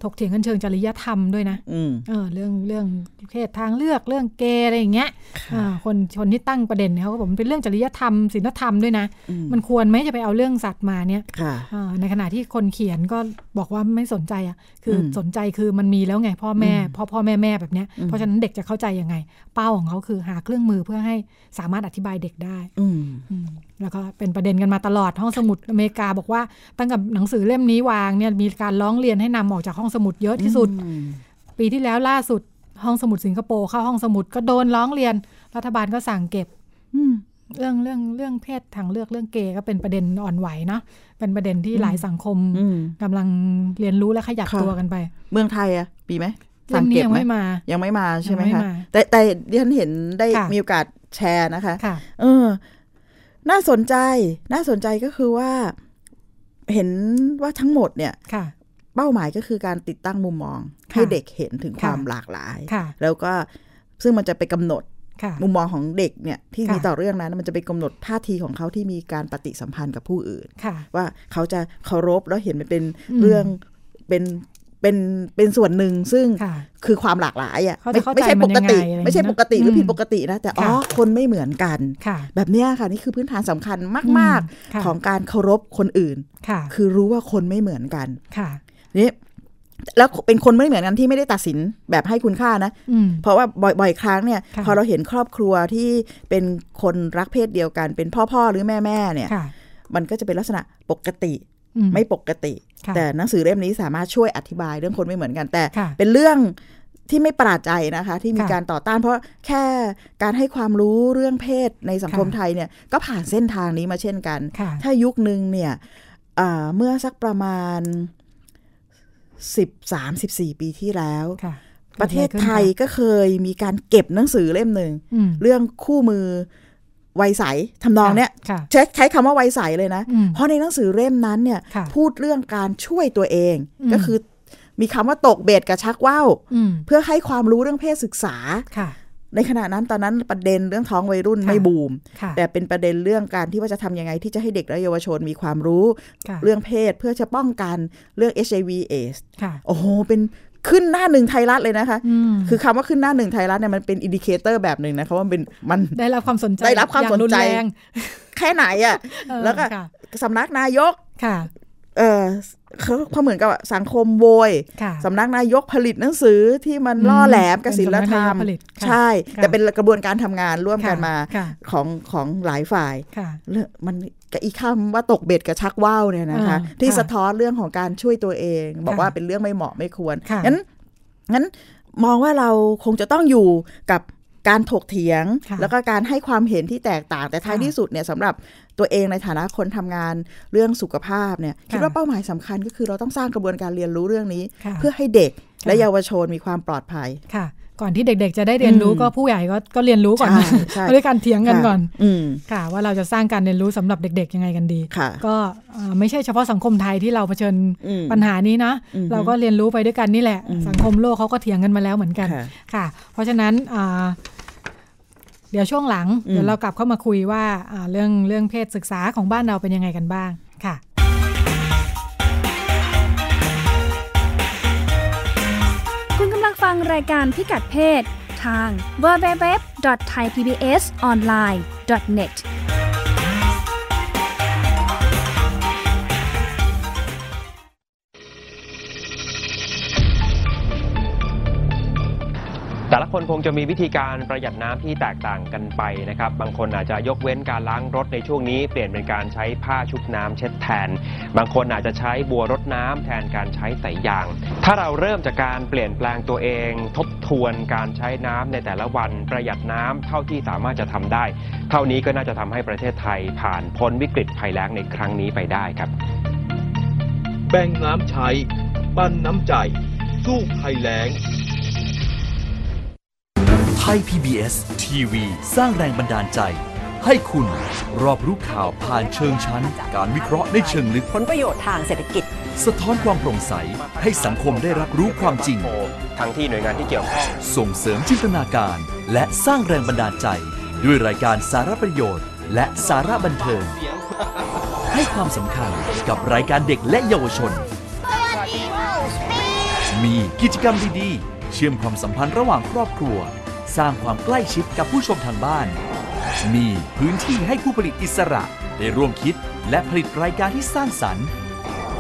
ถกเถียงกันเชิงจริยธรรมด้วยนะ
อืม
เออเรื่องเรื่องเพศทางเลือกเรื่องเกย์อะไรอย่างเงี้ย
ค่ะ
อ่าคนคนที่ตั้งประเด็นเนี่ยเขาก็บอกมันเป็นเรื่องจริยธรรมศีลธรรมด้วยนะ
อืม
มันควรไหมจะไปเอาเรื่องสัตว์มาเนี่ย
ค่ะ
อ่าในขณะที่คนเขียนก็บอกว่าไม่สนใจอ่ะ คืออ
ม
สนใจคือมันมีแล้วไงพ่อแม่
อืม
พ่อพ่อแม่แม่แบบเนี้ย
อืม
เพราะฉะนั้นเด็กจะเข้าใจยังไง เป้าของเขาคือหาเครื่องมือเพื่อให้สามารถอธิบายเด็กได้
อืม
อืมแล้วก็เป็นประเด็นกันมาตลอดห้องสมุดอเมริกาบอกว่าตั้งแต่หนังสือเล่มนี้วางเนี่ยมีการร้องเรียนให้นำออกจากห้องสมุดเยอะที่สุด
อืม
ปีที่แล้วล่าสุดห้องสมุดสิงคโปร์เข้าห้องสมุดก็โดนร้องเรียนรัฐบาลก็สั่งเก็บ
อืม
เรื่องเรื่องเรื่องเพศทางเลือกเรื่องเกย์ก็เป็นประเด็นอ่อนไหวเนาะเป็นประเด็นที่
อืม
หลายสังคม
อืม
กำลังเรียนรู้และขยับ
ค่ะ
ตัวกันไป
เมืองไทยอะมีไหม
เรื่อง
ง
นี้
เก็บ
ยัง
ไหม
ไม่มา
ยังไม่มาใช่ไหม
ยังไม่
คะ
มา
แต่แต่ดิฉันเห็นได้
ค่ะ
มีโอกาสแชร์นะคะ
ค่ะ
เออ น่าสนใจ น่าสนใจก็คือว่า เห็นว่าทั้งหมดเนี่ย
ค่ะ
เป้าหมายก็คือการติดตั้งมุมมอง
ค่ะ
ให้เด็กเห็นถึง
ค่ะ
ความหลากหลาย
ค่ะ
แล้วก็ซึ่งมันจะไปกำหนด
ค่ะ
มุมมองของเด็กเนี่ย ที่
ค่ะ
มีต่อเรื่องนั้น มันจะไปกำหนดท่าทีของเขาที่มีการปฏิสัมพันธ์กับผู้อื่น
ค่ะ
ว่าเขาจะเคารพแล้วเห็นมันเป็น
อืม
เรื่องเป็นเป็นเป็นส่วนหนึ่งซึ่ง
ค่ะ
คือความหลากหลายอ่ะ
เขาจะ
ไม่
เข้าใจ
ไม่ใช่
มั
ป
นยังไง
กติ
อะไรอย่างเงี้ย
ไม่ใช่ปกติหรืออ
ม
ผิดปกตินะแต่อ๋อ
ค่ะ
คนไม่เหมือนกัน
ค่ะ
แบบเนี้ยค่ะ นี่คือพื้นฐานสำคัญมาก
ค่ะ
ๆ ของการเคารพคนอื่น
ค่ะ
คือรู้ว่าคนไม่เหมือนกัน
ค่ะ
นี่แล้วเป็นคนไม่เหมือนกันที่ไม่ได้ตัดสินแบบให้คุณค่านะ
อืม
เพราะว่าบ่อยบ่อยครั้งเนี่ย
ค่ะ
พอเราเห็นครอบครัวที่เป็นคนรักเพศเดียวกัน เป็นพ่อพ่อหรือแม่แม่เนี่ย
ค่ะ
มันก็จะเป็นลักษณะปกติ
อื
ไม่ปกติ
ค่ะ
แต่หนังสือเล่มนี้สามารถช่วยอธิบายเรื่องคนไม่เหมือนกัน แต่
ค่ะ
เป็นเรื่องที่ไม่ประหลาดใจนะคะ ที่มี
ค่ะ
การต่อต้าน เพราะแค่การให้ความรู้เรื่องเพศในสังคม
ค่ะ
ไทยเนี่ยก็ผ่านเส้นทางนี้มาเช่นกัน
ค่ะ
ถ้ายุคนึงเนี่ยเอ่อเมื่อสักประมาณ 13 14 ปีที่แล้ว
ค่ะ
ประเทศ
กิดอะ
ไท
ร
ย
ขึ้นคะ
ก็เคยมีการเก็บหนังสือเล่มหนึ่ง
อืม
เรื่องคู่มือวัยใสทำนองเนี้ย
ค่ะ
ใช้ใช้คำว่าวัยใสเลยนะ
อืม
เพราะในหนังสือเล่มนั้นเนี่ย
ค่ะ
พูดเรื่องการช่วยตัวเอง
อืม
ก็คือมีคำว่าตกเบ็ดกับชักว่าว
อืม
เพื่อให้ความรู้เรื่องเพศศึกษา
ค่ะ
ในขณะนั้นตอนนั้นประเด็นเรื่องท้องวัยรุ่น
ค่ะ
ไม่บูม
ค่ะ
แต่เป็นประเด็นเรื่องการที่ว่าจะทำยังไงที่จะให้เด็กและเยาวชนมีความรู้
ค่ะ
เรื่องเพศเพื่อจะป้องกันเรื่อง HIV AIDS
ค่ะ
โอ้โห เป็นขึ้นหน้าหนึ่งไทยรัฐเลยนะคะ
อืม
คือคำว่าขึ้นหน้าหนึ่งไทยรัฐเนี่ยมันเป็นอินดิเคเตอร์แบบหนึ่งนะคะว่ามันเป็นมัน
ได้รับความสนใจ
ได้รับความ
อย่ง
สน
รุ
ใจ
แรง
แค่ไหนอะ
เออ
แล้วก็
ค่ะ
สำนักนายก
ค่ะ
เออเขาเขาเหมือนกับสังคมโวย
ค่ะ
สำนักนายกผลิตหนังสือที่มัน
อืม
ล่อแหลมกับ
เป็น
ศิลธรรม
สำนักนายกผลิตค่ะ
ใช่
ค่ะ
แต่เป็นกระบวนการทำงานร่วมกันมา
ค่ะ
ของของหลายฝ่าย
ค่ะ
เรื่องมันกับอีกคำว่าตกเบ็ดกับชักว่าวเนี่ยนะคะ
อ่า
ที่
ค่ะ
สะท้อนเรื่องของการช่วยตัวเอง บอก
ค่ะ
ว่าเป็นเรื่องไม่เหมาะไม่ควร
ค่ะ
งั้นงั้นมองว่าเราคงจะต้องอยู่กับการถกเถียง
ค่ะ
แล้วก็การให้ความเห็นที่แตกต่าง แต่ท้าย
ค่ะ
ที่สุดเนี่ยสำหรับตัวเองในฐานะคนทำงานเรื่องสุขภาพเนี่ยคิด
ค่ะ
ว่าเป้าหมายสำคัญก็คือเราต้องสร้างกระบวนการเรียนรู้เรื่องนี้
ค่ะ
เพื่อให้เด็กและ
ค่ะ
เยาวชนมีความปลอดภัย
ค่ะ ก่อนที่เด็กๆ จะได้เรียนรู้
อืม
ก็ผู้ใหญ่ก็ก็เรียนรู้ก่อน
ใช่ใช่
<laughs> ด้วยการเถียงกันก่อน
ค่ะอืม
ค่ะ ว่าเราจะสร้างการเรียนรู้สำหรับเด็กๆ ยังไงกันดี
ค่ะ
ก็เอ่อไม่ใช่เฉพาะสังคมไทยที่เราเผชิญ
อืม
ปัญหานี้นะ
อืม
เราก็เรียนรู้ไปด้วยกันนี่แหละ
อืม
สังคมโลกเขาก็เถียงกันมาแล้วเหมือนกัน
ค่ะ
ค่ะ เพราะฉะนั้นอ่าเดี๋ยวช่วงหลัง
อืม
เดี๋ยวเรากลับเข้ามาคุยว่าอ่าเรื่องเรื่องเพศศึกษาของบ้านเราเป็นยังไงกันบ้างค่ะ
คุณกำลังฟังรายการพิกัดเพศ ทาง www.thaipbsonline.net
แต่ละคนคงจะมีวิธีการประหยัดน้ำที่แตกต่างกันไปนะครับ บางคนอาจจะยกเว้นการล้างรถในช่วงนี้ เปลี่ยนเป็นการใช้ผ้าชุบน้ำเช็ดแทน บางคนอาจจะใช้บัวรดน้ำแทนการใช้สายยาง ถ้าเราเริ่มจากการเปลี่ยนแปลงตัวเอง ทบทวนการใช้น้ำในแต่ละวันประหยัดน้ำเท่าที่สามารถจะทำได้ เท่านี้ก็น่าจะทำให้ประเทศไทยผ่านพ้นวิกฤตภัยแล้งในครั้งนี้ไปได้ครับ
แบ่งน้ำใช้ ปั้นน้ำใจ สู้ภัยแล้ง
ไทย PBS ทีวีสร้างแรงบันดาลใจ ให้คุณรอบรู้ข่าวผ่านเชิงชั้น การวิเคราะห์ในเชิงลึก
ผลประโยชน์ทางเศรษฐกิจ
สะท้อนความโปร่งใส ให้สังคมได้รับรู้ความจริง
ทั้งที่หน่วยงานที่เกี่ยวข้อง
ส่งเสริมจินตนาการ และสร้างแรงบันดาลใจ ด้วยรายการสารประโยชน์ และสาระบันเทิง ให้ความสำคัญกับรายการเด็กและเยาวชน มีกิจกรรมดีๆ เชื่อมความสัมพันธ์ระหว่างครอบครัว สร้างความใกล้ชิดกับผู้ชมทางบ้าน มีพื้นที่ให้ผู้ผลิตอิสระได้ร่วมคิดและผลิตรายการที่สร้างสรรค์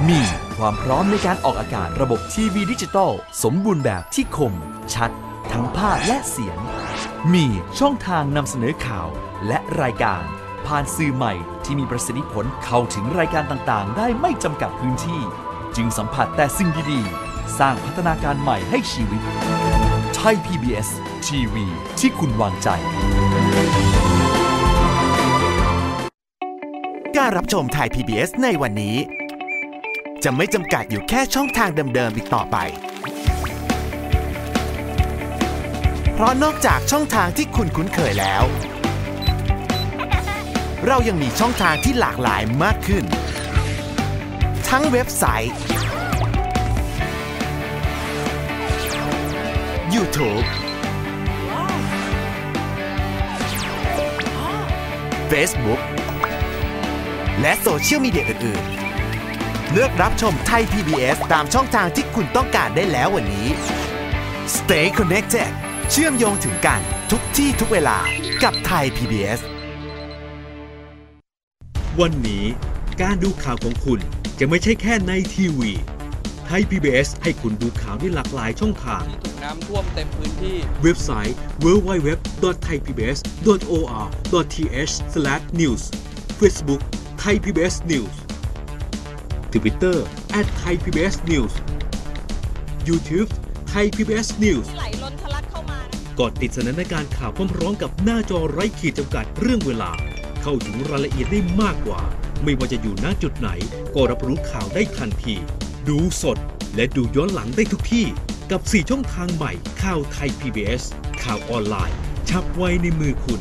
มีความพร้อมในการออกอากาศระบบทีวีดิจิตอลสมบูรณ์แบบที่คม ชัด ทั้งภาพและเสียง มีช่องทางนำเสนอข่าวและรายการ ผ่านสื่อใหม่ที่มีประสิทธิผลเข้าถึงรายการต่างๆ ได้ไม่จำกัดพื้นที่ จึงสัมผัสแต่สิ่งดีๆ สร้างพัฒนาการใหม่ให้ชีวิต ไทย PBS ทีวีที่คุณวางใจ
การรับชมไทย PBS ในวันนี้ จะไม่จำกัดอยู่แค่ช่องทางเดิมๆอีกต่อไป เพราะนอกจากช่องทางที่คุณคุ้นเคยแล้ว เรายังมีช่องทางที่หลากหลายมากขึ้น ทั้งเว็บไซต์ YouTube Facebook และโซเชียลมีเดียอื่นๆ เลือกรับชมไทย PBS ตามช่องทางที่คุณต้องการได้แล้ววันนี้ Stay connected เชื่อมโยงถึงกันทุกที่ทุกเวลากับไทย PBS
วันนี้การดูข่าวของคุณจะไม่ใช่แค่ในทีวี ไทย PBS ให้คุณดูข่าวได้หลากหลายช่องทาง
ถูกน้ำท่วมเต็มพื้นที่
เว็บไซต์ www.thaipbs.or.th/news Facebook Thai PBS News Twitter @thaipbsnews YouTube Thai PBS News
ไหลล้นทะลักเข้ามา
ก่อนติดสนันการข่าวพร้อมร้องกับหน้าจอไร้ขีดจำกัดเรื่องเวลา เข้าถึงรายละเอียดได้มากกว่า ไม่ว่าจะอยู่ณจุดไหน ก็รับรู้ข่าวได้ทันที ดูสดและดูย้อนหลังได้ทุกที่ กับ 4 ช่องทางใหม่ ข่าวไทย PBS ข่าวออนไลน์ ชับไว้ในมือคุณ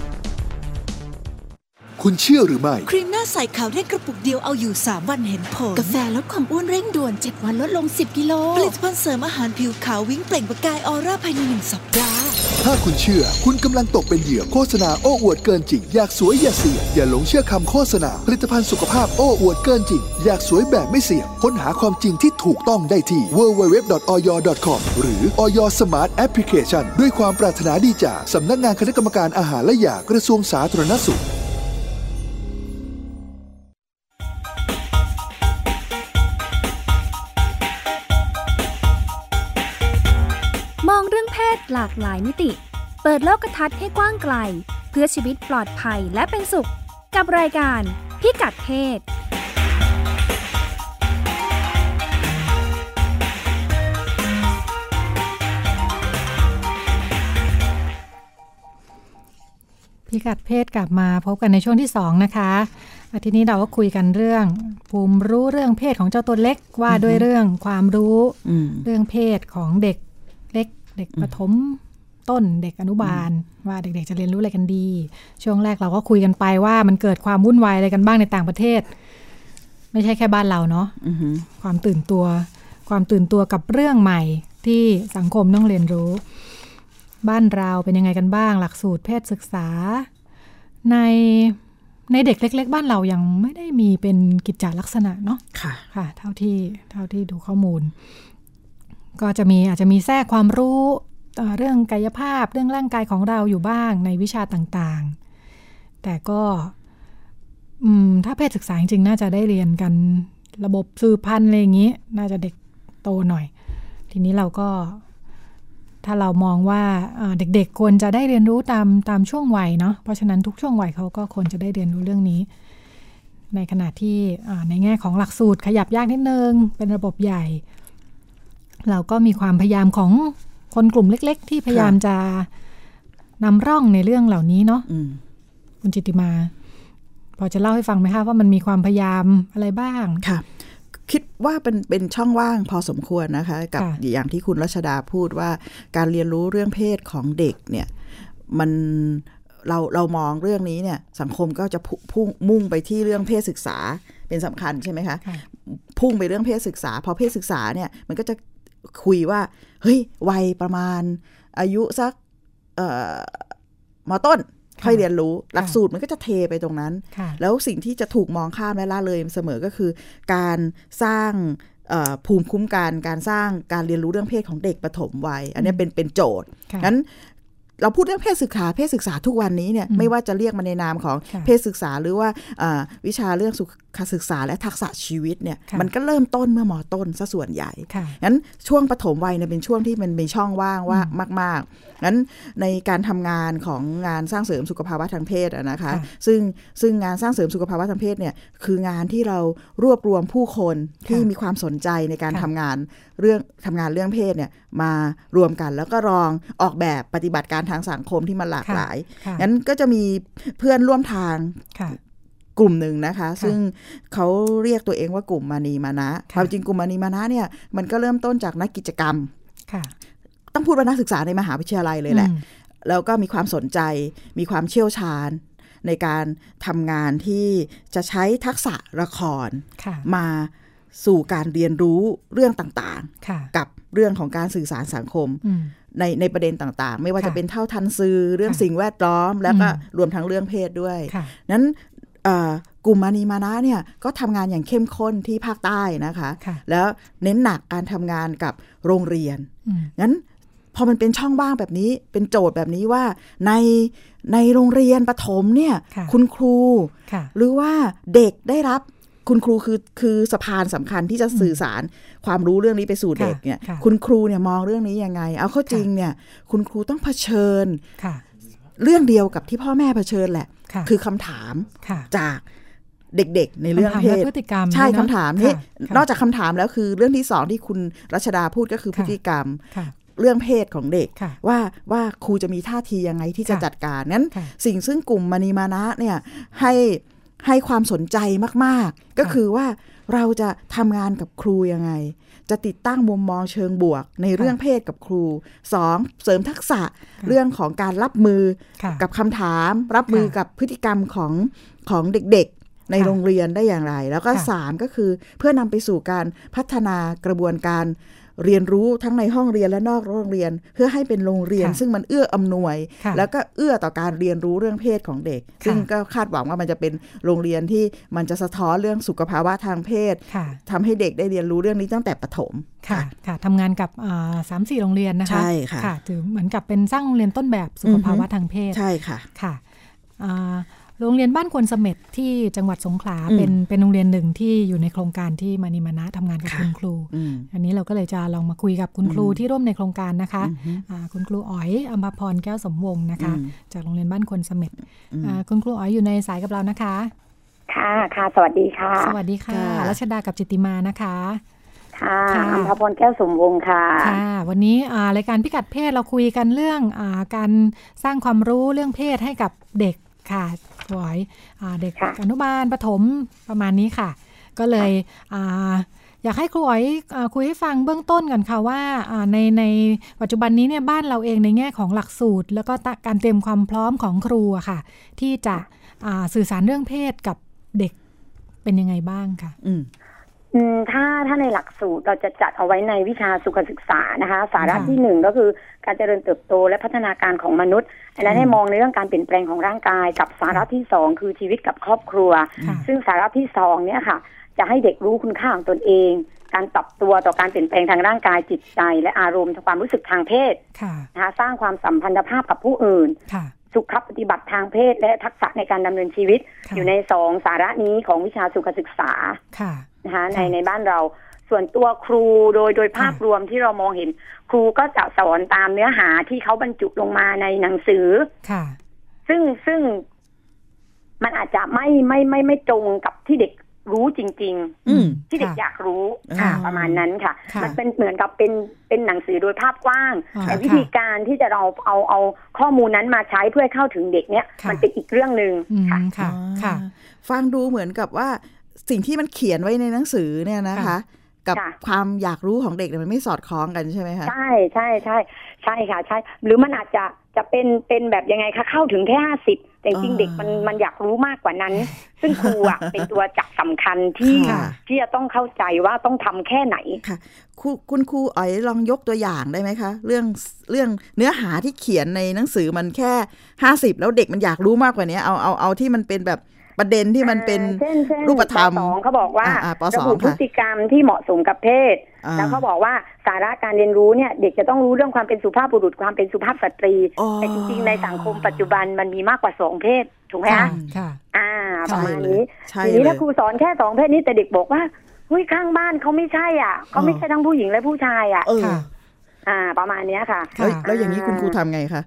คุณเชื่อหรือไม่
ครีมหน้าใสขาวเร่งกระปุกเดียวเอาอยู่ 3 วันเห็นผล กาแฟลดความอ้วนเร่งด่วน 7 วันลดลง 10 กิโล ผลิตภัณฑ์เสริมอาหารผิวขาววิ้งเปล่งประกายออร่าภายในหนึ่งสัปดาห์
ถ้าคุณเชื่อ คุณกำลังตกเป็นเหยื่อโฆษณาโอ้อวดเกินจริง อยากสวยอย่าเสี่ยง อย่าหลงเชื่อคำโฆษณา ผลิตภัณฑ์สุขภาพโอ้อวดเกินจริง อยากสวยแบบไม่เสี่ยง ค้นหาความจริงที่ถูกต้องได้ที่ www.oyor.com หรือ oyo smart application ด้วยความปรารถนาดีจากสำนักงานคณะกรรมการอาหารและยากระทรวงสาธารณสุข
มองเรื่องเพศหลากหลายมิติ เปิดโลกทัศน์ให้กว้างไกล เพื่อชีวิตปลอดภัยและเป็นสุข กับรายการพิกัดเพศ
พิกัดเพศกลับมาพบกันในช่วงที่ 2 นะคะอาทิตย์นี้เราก็คุยกันเรื่อง ภูมิรู้เรื่องเพศของเจ้าตัวเล็กว่าด้วยเรื่องความรู้
อืม
เรื่องเพศของเด็กเล็ก เด็กประถมต้นเด็กอนุบาล ว่าเด็กๆจะเรียนรู้อะไรกันดี ช่วงแรกเราก็คุยกันไปว่ามันเกิดความวุ่นวายอะไรกันบ้างในต่างประเทศ ไม่ใช่แค่บ้านเราเนาะ
อือหือ
ความตื่นตัว ความตื่นตัวกับเรื่องใหม่ที่สังคมต้องเรียนรู้ บ้านเราเป็นยังไงกันบ้าง หลักสูตรเพศศึกษา ในในเด็กเล็ก ๆ บ้านเรายังไม่ได้มีเป็นกิจจลักษณะเนาะ
ค่ะ
ค่ะเท่าที่เท่าที่ดูข้อมูล ก็จะมีอาจจะมีแทรกความรู้เอ่อเรื่องกายภาพเรื่องร่างกายของเราอยู่บ้างในวิชาต่างๆ แต่ก็อืมถ้าเพศศึกษาจริงๆน่าจะได้เรียนกันระบบสืบพันธุ์อะไรอย่างนี้ น่าจะเด็กโตหน่อย ทีนี้เราก็ ถ้าเรามองว่าเอ่อเด็กๆ ควรจะได้เรียนรู้ตามตามช่วงวัยเนาะเพราะฉะนั้นทุกช่วงวัยเขาก็ควรจะได้เรียนรู้เรื่องนี้ ในขณะที่อ่าในแง่ของหลักสูตรขยับยากนิดนึง เป็นระบบใหญ่ เราก็มีความพยายามของคนกลุ่มเล็ก ๆ ที่พยายามจะนำร่องในเรื่องเหล่านี้เนาะ
อืม
คุณจิตติมา พอจะเล่าให้ฟังไหมคะว่ามันมีความพยายามอะไรบ้าง
ค่ะ คิดว่าเป็นเป็นช่องว่างพอสมควรนะคะ กับ
ค่ะ
อย่างที่คุณรัชดาพูดว่าการเรียนรู้เรื่องเพศของเด็กเนี่ยมันเราเรามองเรื่องนี้เนี่ยสังคมก็จะพุพุ่งมุ่งไปที่เรื่องเพศศึกษาเป็นสำคัญใช่ไหมคะ
ค่ะ
พุ่งไปเรื่องเพศศึกษา พอเพศศึกษาเนี่ยมันก็จะคุยว่า เฮ้ย วัยประมาณอายุสักเอ่อมต้น
ค่ะ
ค่อยเรียนรู้ หลัก
ค่ะ
สูตรมันก็จะเทไปตรงนั้น
ค่ะ
แล้วสิ่งที่จะถูกมองข้ามและละเลยเสมอก็คือ การสร้างเอ่อภูมิคุ้มกันการสร้างการเรียนรู้เรื่องเพศของเด็กปฐมวัย อันเนี้ยเป็นเป็นโจทย์
ค่ะ
งั้นเราพูดเรื่องเพศศึกษาเพศศึกษาทุกวันนี้เนี่ย
อืม
ไม่ว่าจะเรียกมันในนามของ
ค่ะ
เพศศึกษาหรือว่าเอ่อวิชาเรื่องสุขศึกษาและทักษะชีวิตเนี่ย
ค่ะ
มันก็เริ่มต้นเมื่อมอต้นซะส่วนใหญ่
ค่ะ
งั้นช่วงปฐมวัยเนี่ยเป็นช่วงที่มันมีช่องว่างว่า
อืม
มากๆงั้นในการทำงานของงานสร้างเสริมสุขภาวะทางเพศอะนะคะ
ค่ะ
ซึ่งซึ่งงานสร้างเสริมสุขภาวะทางเพศเนี่ยคืองานที่เรารวบรวมผู้คนที่มีความสนใจในการ
ค่ะ
ทำงานเรื่องทำงานเรื่องเพศเนี่ยมารวมกันแล้วก็ลองออกแบบปฏิบัติการทางสังคมที่มันหลาก
ค่ะ
หลาย
ค่ะ
งั้นก็จะมีเพื่อนร่วมทาง
ค่ะ
กลุ่มหนึ่งนะคะ ซึ่งเขาเรียกตัวเองว่ากลุ่มมานีมานะ
ค่ะ
ความจริงกลุ่มมานีมานะเนี่ยมันก็เริ่มต้นจากนักกิจกรรม
ค่ะ
ต้องพูดว่านักศึกษาในมหาวิทยาลัยเลยแหละ
อืม
แล้วก็มีความสนใจ มีความเชี่ยวชาญ ในการทำงานที่จะใช้ทักษะละคร
ค่ะ
มาสู่การเรียนรู้เรื่องต่าง
ค่ะ
ๆ กับเรื่องของการสื่อสารสังคม
อืม
ในในประเด็นต่างๆ ไม่ว่า
ค่ะ
จะเป็นเท่าทันสื่อเรื่อง
ค่ะ
สิ่งแวดล้อม แล้วก็
อืม
รวมทั้งเรื่องเพศด้วย
ค่ะ
นั้นเอ่อกลุ่มมานีมานะเนี่ยก็ทำงานอย่างเข้มข้นที่ภาคใต้นะคะ
ค่ะ
แล้วเน้นหนักการทำงานกับโรงเรียน
อืม
งั้นพอมันเป็นช่องว่างแบบนี้เป็นโจทย์แบบนี้ว่าในในโรงเรียนประถมเนี่ย
ค่ะ
ณครู
ค่ะ
หรือว่าเด็กได้รับคุณครูคือคือสะพานสำคัญที่จะสื่อสารความรู้เรื่องนี้ไปสู่เด็กเนี่ย
ค่ะ
ณครูเนี่ยมองเรื่องนี้ยังไง เอาเข้าจริงเนี่ยคุณครูต้องเผชิญ
ค่ะ
เรื่องเดียวกับที่พ่อแม่เผชิญแหละ
ค่ะ
คือคำถาม
ค่ะ
จากเด็กๆ ในเรื่อง
คำถาม
เพ
และ
ศ
พฤติกรรม
ใช่
ด้วยเน
คำ
อะ
ถามนี่
ค่ะค่ะ
นอกจากคำถามแล้วคือเรื่องที่สองที่คุณรัชดาพูดก็คือ
ค่ะ
พฤติกรรม
ค่ะ
เรื่องเพศของเด็ก
ค่ะ
ว่าว่าครูจะมีท่าทียังไงที่จะ
ค่ะ
จัดการนั้น
ค่ะ
สิ่งซึ่งกลุ่มมณีมานะเนี่ยให้ให้ความสนใจมากๆ ก็
ค่ะ
คือว่าเราจะทำงานกับครูยังไง จะติดตั้งมุมมองเชิงบวก ในเรื่องเพศกับครูสองเสริมทักษะ
ะ
เรื่องของการรับมือ
ค่ะ
กับคำถาม รับมือ
ค่ะ
กับพฤติกรรมของของเด็กๆ ใน
ค่ะ
โรงเรียนได้อย่างไร แล้วก็
ค่ะ
สามก็คือเพื่อนำไปสู่การพัฒนากระบวนการ เรียนรู้ทั้งในห้องเรียนและนอกห้องเรียน เพื่อให้เป็นโรงเรียน
ค่ะ
ซึ่งมันเอื้ออำนวย
ค่ะ
แล้วก็เอื้อต่อการเรียนรู้เรื่องเพศของเด็ก
ะ
ซึ่งก็คาดหวังว่ามันจะเป็นโรงเรียนที่มันจะสะท้อนเรื่องสุขภาวะทางเพศ
ค่ะ
ทำให้เด็กได้เรียนรู้เรื่องนี้ตั้งแต่ประถม
ค่ะ ค่ะทำงานกับอ่าสามสี่โรงเรียนนะคะ
ใช่ค่ะ
ถือเหมือนกับเป็นสร้างโรงเรียนต้นแบบสุขภาวะ
อือฮึ
ทางเพศ
ใช่ค่ะ
ค่ะอ่าโรงเรียนบ้านควนเสม็ดที่จังหวัดสงขลา
อืม
เป็นเป็นโรงเรียนหนึ่งที่อยู่ในโครงการที่มานิมานะทำงานกับ
ค่ะ
คุณครู
อืม
อันนี้เราก็เลยจะลองมาคุยกับคุณครู
อืม
ที่ร่วมในโครงการนะคะ
อือฮึ
อ่าคุณครูอ๋อยอัมพพรแก้วสมวงศ์นะคะ
อืม
จากโรงเรียนบ้านควนเสม็ด
อืม
อ่าคุณครูอ๋อยอยู่ในสายกับเรานะคะ
ค่ะ ค่ะ สวัสดีค่ะ
สวัสดีค่ะ
ค่ะ
รัชดากับจิตติมานะคะ
ค่ะ
ค่ะ
อัมพพรแก้วสมวงศ์ค่ะ
ค่ะ วันนี้อ่ารายการพิกัดเพศเราคุยกันเรื่องอาการสร้างความรู้เรื่องเพศให้กับเด็กค่ะหวอยอาเด็ก
ค่ะ
อนุบาลประถมประมาณนี้ค่ะ ก็เลยอาอยากให้ครูอ๋อยอาคุยให้ฟังเบื้องต้นก่อนค่ะว่าอ่าในในปัจจุบันนี้เนี่ยบ้านเราเองในแง่ของหลักสูตร แล้วก็ตะการเตรียมความพร้อมของครูอะค่ะ ที่จะอ่าสื่อสารเรื่องเพศกับเด็กเป็นยังไงบ้างค่ะ
อืม
อืมถ้าถ้าในหลักสูตรเราจะจัดเอาไว้ในวิชาสุขศึกษานะคะ สาระ
ค่ะ
ที่หนึ่งก็คือการเจริญเติบโตและพัฒนาการของมนุษย์อันนั้นให้มองในเรื่องการเปลี่ยนแปลงของร่างกาย กับสาระที่สองคือชีวิตกับครอบครัว
ค่ะ
ซึ่งสาระที่สองเนี่ยค่ะ จะให้เด็กรู้คุณค่าของตนเอง การปรับตัวต่อการเปลี่ยนแปลงทางร่างกายจิตใจ และอารมณ์ทางความรู้สึกทางเพศ
ค่ะ
นะคะสร้างความสัมพันธภาพกับผู้อื่น
ค่ะ
สุขปฏิบัติทางเพศ และทักษะในการดำเนินชีวิต
ค่ะ
อยู่ในสองสาระนี้ของวิชาสุขศึกษา
ค่ะ
นะคะใน
ค่ะ
ในบ้านเรา ส่วนตัวครูโดยโดยภาพ
ค่ะ
รวมที่เรามองเห็น ครูก็จะสอนตามเนื้อหาที่เขาบรรจุลงมาในหนังสือ
ค่ะ
ซึ่งซึ่งมันอาจจะไม่ไม่ไม่ไม่ตรงกับที่เด็กรู้จริง
อืม
ๆ ที่เด็กอยากรู้
ค่ะ
ค่ะประมาณนั้นค่ะ
ค่ะ
มันเป็นเหมือนกับเป็นเป็นหนังสือโดยภาพกว้าง
อ่า
แต่วิ
ค่ะ
ธีการที่จะเราเอาเอาข้อมูลนั้นมาใช้เพื่อให้เข้าถึงเด็กเนี้ย
ค่ะ
มันเป็นอีกเรื่องหนึ่ง
อืม
ค่ะ
ค่ะ ค่ะ
อ๋อฟังดูเหมือนกับว่าสิ่งที่มันเขียนไว้ในหนังสือเนี่ยนะคะ
ค่ะ
กับ
ค่ะ
ความอยากรู้ของเด็กเนี่ยมันไม่สอดคล้องกันใช่ไหมคะ
ใช่ใช่ใช่ใช่ค่ะใช่ หรือมันอาจจะจะเป็นเป็นแบบยังไงคะเข้าถึงแค่ห้าสิบแต่จริง
อ่า
ๆเด็กมันมันอยากรู้มากกว่า
<laughs>
นั้น ซึ่งครูอ่ะ เป็นตัวจักสำคัญที่
ค่ะ
ที่จะต้องเข้าใจว่าต้องทำแค่ไหน
ครูคุณครูอ๋อยลองยกตัวอย่างได้ไหมคะ เรื่องเรื่องเนื้อหาที่เขียนในหนังสือมันแค่ 50 แล้วเด็กมันอยากรู้มากกว่านี้เอาเอาเอาที่มันเป็นแบบประเด็นที่มันเป็น
อ่าช่เช่น
รูปธรรม
ปสองเขาบอกว่า
อ่าอ่าปสอง
ระบุ
ค่ะ
พฤติกรรมที่เหมาะสมกับเพศ
อ่า
แล้วเขาบอกว่าสาระการเรียนรู้เนี่ย เด็กจะต้องรู้เรื่องความเป็นสุภาพบุรุษความเป็นสุภาพสตรี
อ๋อ
แต่จริงๆ ในสังคมปัจจุบันมันมีมากกว่าสองเพศ ถูกไหม
ค่ะ
คะ
ค่ะ
อ่าป
ใช่
ระมาณ
เล
นี้
ยใช่
ทีนี้
เล
ถ้าย ครูสอนแค่สองเพศนี้แต่เด็กบอกว่าเฮ้ยข้างบ้านเขาไม่ใช่อ่ะเขาไม่
อ๋อ
ใช่ทั้งผู้หญิงและผู้ชายอ่ะ
เออ
ค่ะ
อ่า ประมาณเนี้ยค่ะ
แล้ว
ค่ะ
แล้วอย่างนี้คุณครูทำไงคะ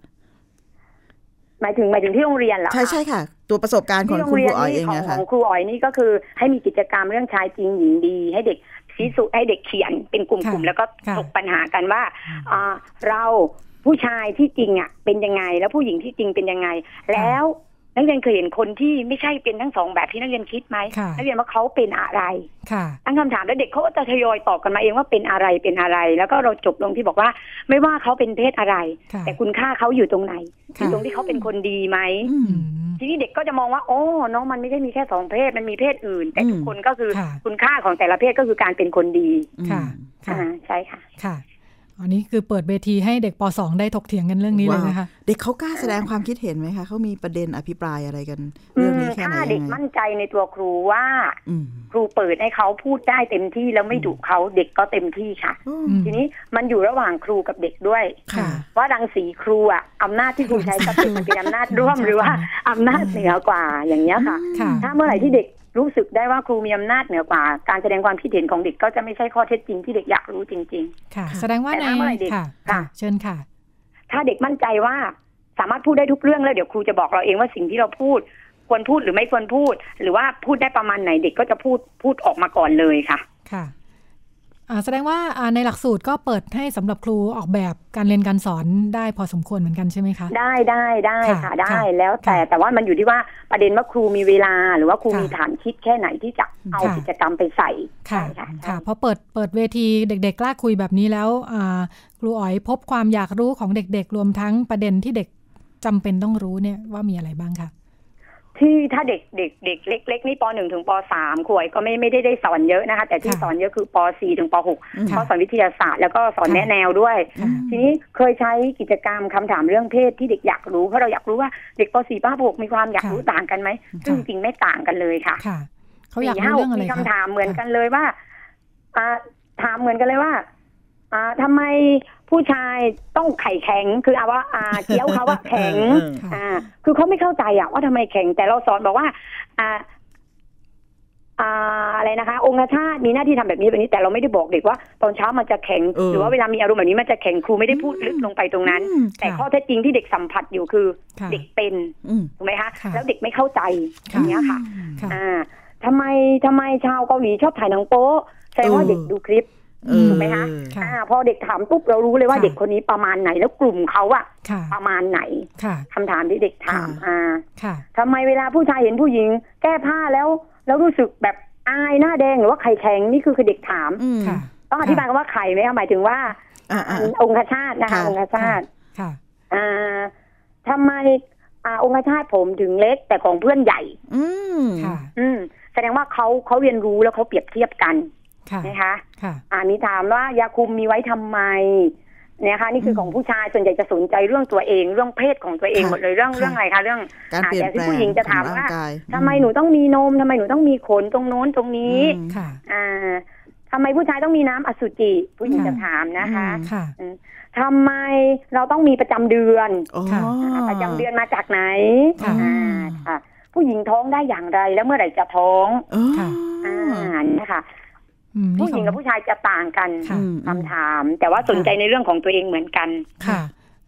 หมายถึงหมายถึงที่โรงเรียนเหรอคะ
ใช่ใช่ค่ะ ตัวประสบการณ์ของ
ที่โรง
คุณ
เรี
ค
ย
รู
น
อ๋อยเอ
นี่
ง
ของ
นะ
ข
คะ
องครูอ๋อยนี่ก็คือให้มีกิจกรรมเรื่องชายจริงหญิงดี ให้เด็กชี้สุให้เด็กเขียนเป็นกลุ่
ค่ะ
มๆแล้วก็
ค่ะ
ถกปัญหากันว่าอ่าเราผู้ชายที่จริงอ่ะเป็นยังไงแล้วผู้หญิงที่จริงเป็นยังไง แล้ว นักเรียนเคยเห็นคนที่ไม่ใช่เป็นทั้งสองแบบที่นักเรียนคิดไหม
ค่ะ
นักเรียนว่าเขาเป็นอะไร
ค่ะ
ตั้งคำถามแล้วเด็กเขาก็จะทยอยตอบกันมาเองว่าเป็นอะไรเป็นอะไร แล้วก็เราจบลงที่บอกว่า ไม่ว่าเขาเป็นเพศอะไร
ค่ะ
แต่คุณค่าเขาอยู่ตรงไหนอยู่
ค่ะ
ตรงที่เขาเป็นคนดีไหม
อื
อื
ม
ม
ทีนี้เด็กก็จะมองว่า โอ้ น้องมันไม่ได้มีแค่สองเพศ มันมีเพศอื่น แต่ทุก
อืม
คนก็คือ
ค่ะ
คุณค่าของแต่ละเพศก็คือการเป็นคนดี
ค่ะค่ะ
อ่าใช่ค่ะ
ค่ะ อันนี้คือเปิดเวทีให้เด็กป .2 ได้ถกเถียงกันเรื่องนี้เลย
ว้าว
นะคะ
เด็กเขากล้าแสดงความคิดเห็นไหมคะเขามีประเด็นอภิปรายอะไรกัน เรื่องนี้แค่ไหนยัง
ถ้า
ไง
เด็กมั่นใจในตัวครูว่า
อืม
ครูเปิดให้เขาพูดได้เต็มที่แล้วไม่ดุเขาเด็กก็เต็มที่ค่ะ
อืม
อืม
ทีนี้มันอยู่ระหว่างครูกับเด็กด้วย
ค่ะ
ว่ารังสีครูอะอำนาจที่ครูใช้กับเด็กมันเป็นอำนาจร่วมหรือว่าอำนาจเหนือกว่าอย่างเงี้ยค่ะ
ค่ะ
ถ้าเมื่อไหร่ที่เด็กรู้สึกได้ว่าครูมีอำนาจเหนือกว่า การแสดงความคิดเห็นของเด็กก็จะไม่ใช่ข้อเท็จจริงที่เด็กอยากรู้จริง
ค่ะ แสดงว่าใน
แต่ถ้าเมื่อไหร่เด็ก
ค่ะ
ค่ะ
เชิญค่ะ
ๆ ถ้าเด็กมั่นใจว่าสามารถพูดได้ทุกเรื่องแล้วเดี๋ยวครูจะบอกเราเองว่าสิ่งที่เราพูด ควรพูดหรือไม่ควรพูด หรือว่าพูดได้ประมาณไหนเด็กก็จะพูดพูดออกมาก่อนเลยค่ะ
ค่ะอ่าแสดงว่าอ่าในหลักสูตรก็เปิดให้สำหรับครูออกแบบการเรียนการสอนได้พอสมควรเหมือนกันใช่ไหมคะ
ได้ได้ได้
ค่ะ
ค่ะได้
ค่ะ
แล้วแต่
ค่ะ
แต่ว่ามันอยู่ที่ว่าประเด็นว่าครูมีเวลา หรือว่าครู
ค่ะ
มีฐานคิดแค่ไหนที่จะเอา
ค่ะ
กิจกรรมไปใส่
ค่ะ
ใช่
ค่ะ พอเปิดเปิดเวทีเด็ก ๆ กล้าคุยแบบนี้แล้วอ่าครูอ๋อยพบความอยากรู้ของเด็ก ๆ รวมทั้งประเด็นที่เด็กจำเป็นต้องรู้เนี่ยว่ามีอะไรบ้างคะ
ที่ถ้าเด็กเด็กเด็กเล็กๆนี่ปหนึ่งถึงปสามขวยก็ไม่ไม่ได้ได้สอนเยอะนะคะ แต่ที่
ค่ะ
สอนเยอะคือปสี่ถึงปหก
ค่ะ
เพราะสอนวิทยาศาสตร์แล้วก็สอน
ค่ะ
แนะแนวด้วย
ค่ะ
ทีนี้เคยใช้กิจกรรมคำถามเรื่องเพศที่เด็กอยากรู้เพราะเราอยากรู้ว่าเด็กปสี่ปหกมีความอยาก
ค่ะ
รู้ต่างกันไหมซึ่ง
ค่ะ
จริงไม่ต่างกันเลยค่ะ
ค่ะ เขาอยากรู้เรื่องอะไร
สี่
คะ
ห้าหกมีคำถามเหมือนกันเลยว่าอ่าถามเหมือนกันเลยว่าอ่าทำไมผู้ชายต้องไข่แข็ง คือเอาว่าอ่าเจียวเขาว่าแข็ง
ค่ะ
อ่า คือเขาไม่เข้าใจอะว่าทำไมแข็ง แต่เราสอนบอกว่า อ่า อ่าอะไรนะคะ องคชาตมีหน้าที่ทำแบบนี้แบบนี้แต่เราไม่ได้บอกเด็กว่า ตอนเช้ามันจะแข็ง
เออ
หรือว่าเวลามีอารมณ์แบบนี้มันจะแข็งครูไม่ได้พูดลึกลงไปตรงนั้น
อืม
แต่
ค่ะ
ข้อเท็จจริงที่เด็กสัมผัสอยู่คือ
ค่ะ
เด็กเป็น
อืม
ถูกไหมคะ
ค่ะ
แล้วเด็กไม่เข้าใจอ
ค่ะ
ย่างเงี้ยค่ะ
ค่ะ
อ่าทำไมทำไมชาวเกาหลีชอบถ่ายหนังโป๊ะแสดงว่าเด็กดูคลิป
เออ
ถูกไหมคะ
ค่ะ
อ่าพอเด็กถามปุ๊บเรารู้เลยว่า
ค่ะ
เด็กคนนี้ประมาณไหนแล้วกลุ่มเขาอะ
ค่ะ
ประมาณไหน
ค่ะ
คำถามที่เด็กถาม
ค่ะ
อ่า
ค่ะ
ทำไมเวลาผู้ชายเห็นผู้หญิง แก้ผ้าแล้ว แล้วรู้สึกแบบอายหน้าแดงหรือว่าไข่แข็งนี่คือคือเด็กถาม
อืม
ค่ะ
ต้องอธิบายว่าไข่ไหมคะหมายถึงว่า
อ่า
องคชาตนะคะ
ค่ะ
องคชาต
ค่ะ
อ่าทำไมอ่าองคชาตผมถึงเล็กแต่ของเพื่อนใหญ่
ๆอืม
ค่ะ
อืมแสดงว่าเขาเขาเรียนรู้แล้วเขาเปรียบเทียบกัน
ค่ะ
นะคะ
ค่ะ
อ่ามีถามว่ายาคุมมีไว้ทำไมนะคะนี่คือของผู้ชายส่วนใหญ่จะสนใจเรื่องตัวเอง เรื่องเพศของตัวเอง
ค่ะ
หมดเลยเรื่อง
ค่ะ
เรื่องอะไรคะเรื่อง
การเปลี่ยนแปลง
อ่าเดี๋ยวที่ผู้หญิงจะถาม
ของ
ว่า
ร่งกย
ทำไมหนูต้องมีนมทำไมหนูต้องมีขนตรงโน้นตรงนี้
อืม
ค่ะ
อ่าทำไมผู้ชายต้องมีน้ำอสุจิผู้หญิง
ค่ะ
จะถามนะคะ
อืม
ค่ะ
ทำไมเราต้องมีประจำเดือน
อ๋อ
ค่ะ
าประจำเดือนมาจากไหน
ค่ะ
อ่าค่ะ ผู้หญิงท้องได้อย่างไรแล้วเมื่อไหร่จะท้อง
ค่ะ
อ่านะคะ
อืมนี่
ผู้หญิง
ขอ
กับผู้ชายจะต่างกัน
ค่ะ
คำถาม แต่ว่าสนใจในเรื่องของตัวเองเหมือนกัน
ค่ะ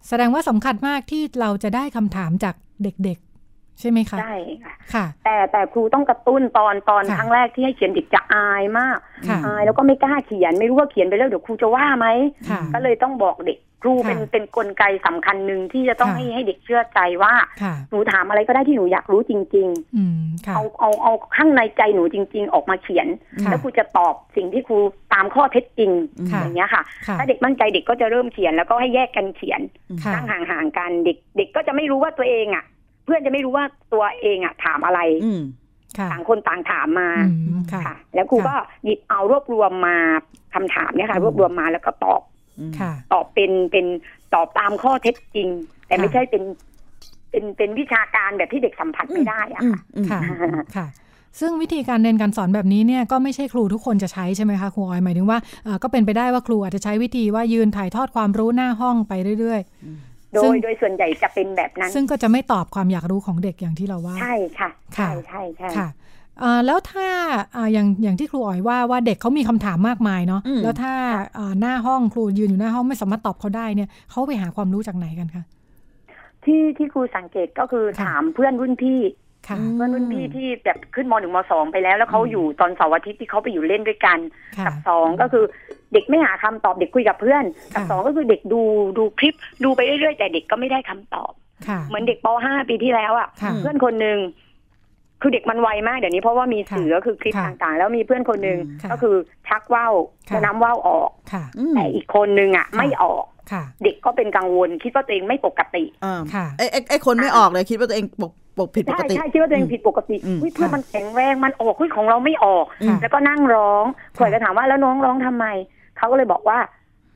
แสดงว่าสำคัญมากที่เราจะได้คำถามจากเด็กๆ ใช่ไหมคะ
ได้ค่ะ
ค่ะ
แต่แต่ครูต้องกระตุ้นตอนตอน
ค่ะ
ครั้งแรกที่ให้เขียนเด็กจะอายมาก
ค่ะ
อายแล้วก็ไม่กล้าเขียนไม่รู้ว่าเขียนไปแล้วเดี๋ยวครูจะว่าไหม
ค่ะ
ก็เลยต้องบอกเด็กครู
ค่ะ
เป็นเป็นกลไกสำคัญหนึ่งที่จะต้อง
ค่ะ
ให้ให้เด็กเชื่อใจว่า
ค่ะ
หนูถามอะไรก็ได้ที่หนูอยากรู้จริง
อืม
ๆ
ค่ะ
เอาเอาเอาข้างในใจหนูจริง ๆ ออกมาเขียน
ค่ะ
แล้วครูจะตอบสิ่งที่ครูตามข้อเท็จจริง
ค่ะ
อย่างเงี้ยค่ะ
ค่ะ
ถ้าเด็กมั่นใจเด็กก็จะเริ่มเขียนแล้วก็ให้แยกกันเขียน
ค่ะ
นั่งห่างๆกันเด็กเด็กก็จะไม่รู้ว่าตัวเองอ่ะ เพื่อนจะไม่รู้ว่าตัวเองอ่ะถามอะไร
อืม
ค่ะ
ต่างคนต่างถามมา
อืมค่ะ
ค่ะ แล้วครูก็หยิบเอารวบรวมมาคำถามเนี่ยค่ะ
อืม
รวบรวมมาแล้วก็ตอบ
อืม
ค่ะ
ตอบเป็นเป็นตอบตามข้อเท็จจริง แต่
ค่ะ
ไม่ใช่เป็น เป็นเป็นวิชาการแบบที่เด็กสัมผัสไม่ได้อะ
อืม
ค่ะ
อืม
ค่ะ ค่ะ ซึ่งวิธีการเรียนการสอนแบบนี้เนี่ยก็ไม่ใช่ครูทุกคนจะใช้ใช่ไหมคะครูออยหมายถึงว่าเอ่อก็เป็นไปได้ว่าครูอาจจะใช้วิธีว่ายืนถ่ายทอดความรู้หน้าห้องไปเรื่อย
โด
ซึ่ง
ยโดยส่วนใหญ่จะเป็นแบบนั้น
ๆ ซึ่งก็จะไม่ตอบความอยากรู้ของเด็กอย่างที่เราว่า
ใช่ค่ะ
ค่ะ
ใช่ใช่ใช่
ค่ะเอ่อแล้วถ้าอ่าอย่างอย่างที่ครูอ๋อยว่าว่าเด็กเขามีคำถามมากมายเนาะ
อืม
แล้วถ้าอ่าหน้าห้องครูยืนอยู่หน้าห้องไม่สามารถตอบเขาได้เนี่ยเขาไปหาความรู้จากไหนกันคะ
ที่ที่ครูสังเกตก็คือ
ค่ะ
ถามเพื่อนรุ่นพี่
ค่ะ
เพื่อนรุ่นพี่ที่แบบขึ้นมหนึ่งมสองไปแล้ว แล้วเขาอยู่ตอนเสาร์อาทิตย์ที่เขาไปอยู่เล่นด้วยกัน
ค่ะ
กับสองก็คือเด็กไม่หาคำตอบเด็กคุยกับเพื่อน กับ
ค่ะ
สองก็คือเด็กดูดูคลิปดูไปเรื่อยๆ แต่เด็กก็ไม่ได้คำตอบ
ค่ะ
เหมือนเด็กป .5 ปีที่แล้วอ่ะ
ค่ะ
เพื่อนคนหนึ่งคือเด็กมันไวมากเดี๋ยวนี้เพราะว่ามีสื่อ
ค่ะ
ก็คือคลิป
ค่ะ
ต่างๆ แล้วมีเพื่อนคนหนึ่ง
ค่ะ
ก็คือชักว่าว
ค่ะ
จะน้ำว่าวออก
ค่ะ
อืม
แต่อีกคนนึงอ่ะ
ค่ะ
ไม่ออก
ค่ะ
เด็กก็เป็นกังวล คิดว่าตัวเองไม่ปกติ
อ่า
ค่ะ
ไอ้ไอ้ไอ้คนไม่ออกเลยคิดว่าตัวเองปกปกผิดป
ใช่
กติ
ใช่คิดว่าตัวเองผิดปกติ
อืม
อุ๊ยเพื่อนมันแข็งแรงมันออกอุ้ยของเราไม่ออก
ค่ะ
แล้วก็นั่งร้อง
ค่ะ
เผื่อจะถามว่าแล้วน้องร้องทำไม เขาก็เลยบอกว่า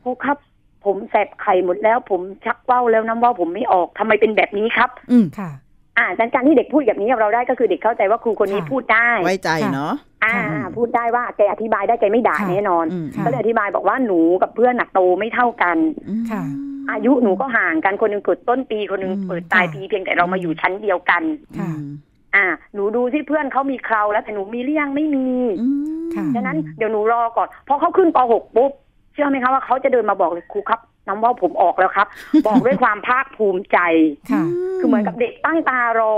ครูครับ ผมแสบไข่หมดแล้ว ผมชักว่าวแล้วน้ำว่าวผมไม่ออกทำไมเป็นแบบนี้ครับ
อืม
ค่ะ
อ่าดังการที่เด็กพูดแบบนี้กับเราได้ก็คือเด็กเข้าใจว่าครูคนนี้
ค่ะ
พูดได้
ไว้ใจเนาะ
อ่า
ค่ะ
พูดได้ว่าแกอธิบายได้แกไม่ด่าแน่นอน
อืม
ค่ะ
ก็เลยอธิบายบอกว่าหนูกับเพื่อนหนักโตไม่เท่ากัน
อืม
ค่ะ
อายุหนูก็ห่างกันคนหนึงเกิดต้นปีคนหนึง
อืม
เกิดปลายปีเพียงแต่เรามาอยู่ชั้นเดียวกัน
ค่ะ
อืม
อ่า หนูดูที่เพื่อนเขามีเคราแล้วแต่หนูมีหรือยังไม่มี
อืม
ค่ะ
ดังนั้นเดี๋ยวหนูรอก่อนพอเขาขึ้นป .6 ปุ๊บเชื่อไหมคะว่าเขาจะเดินมาบอกเลยครูครับ น้ำว่าวผมออกแล้ว
<laughs>
ครับ บอกด้วยความภาคภูมิใจ
ค่ะ
คือเหมือนกับเด็กตั้งตารอ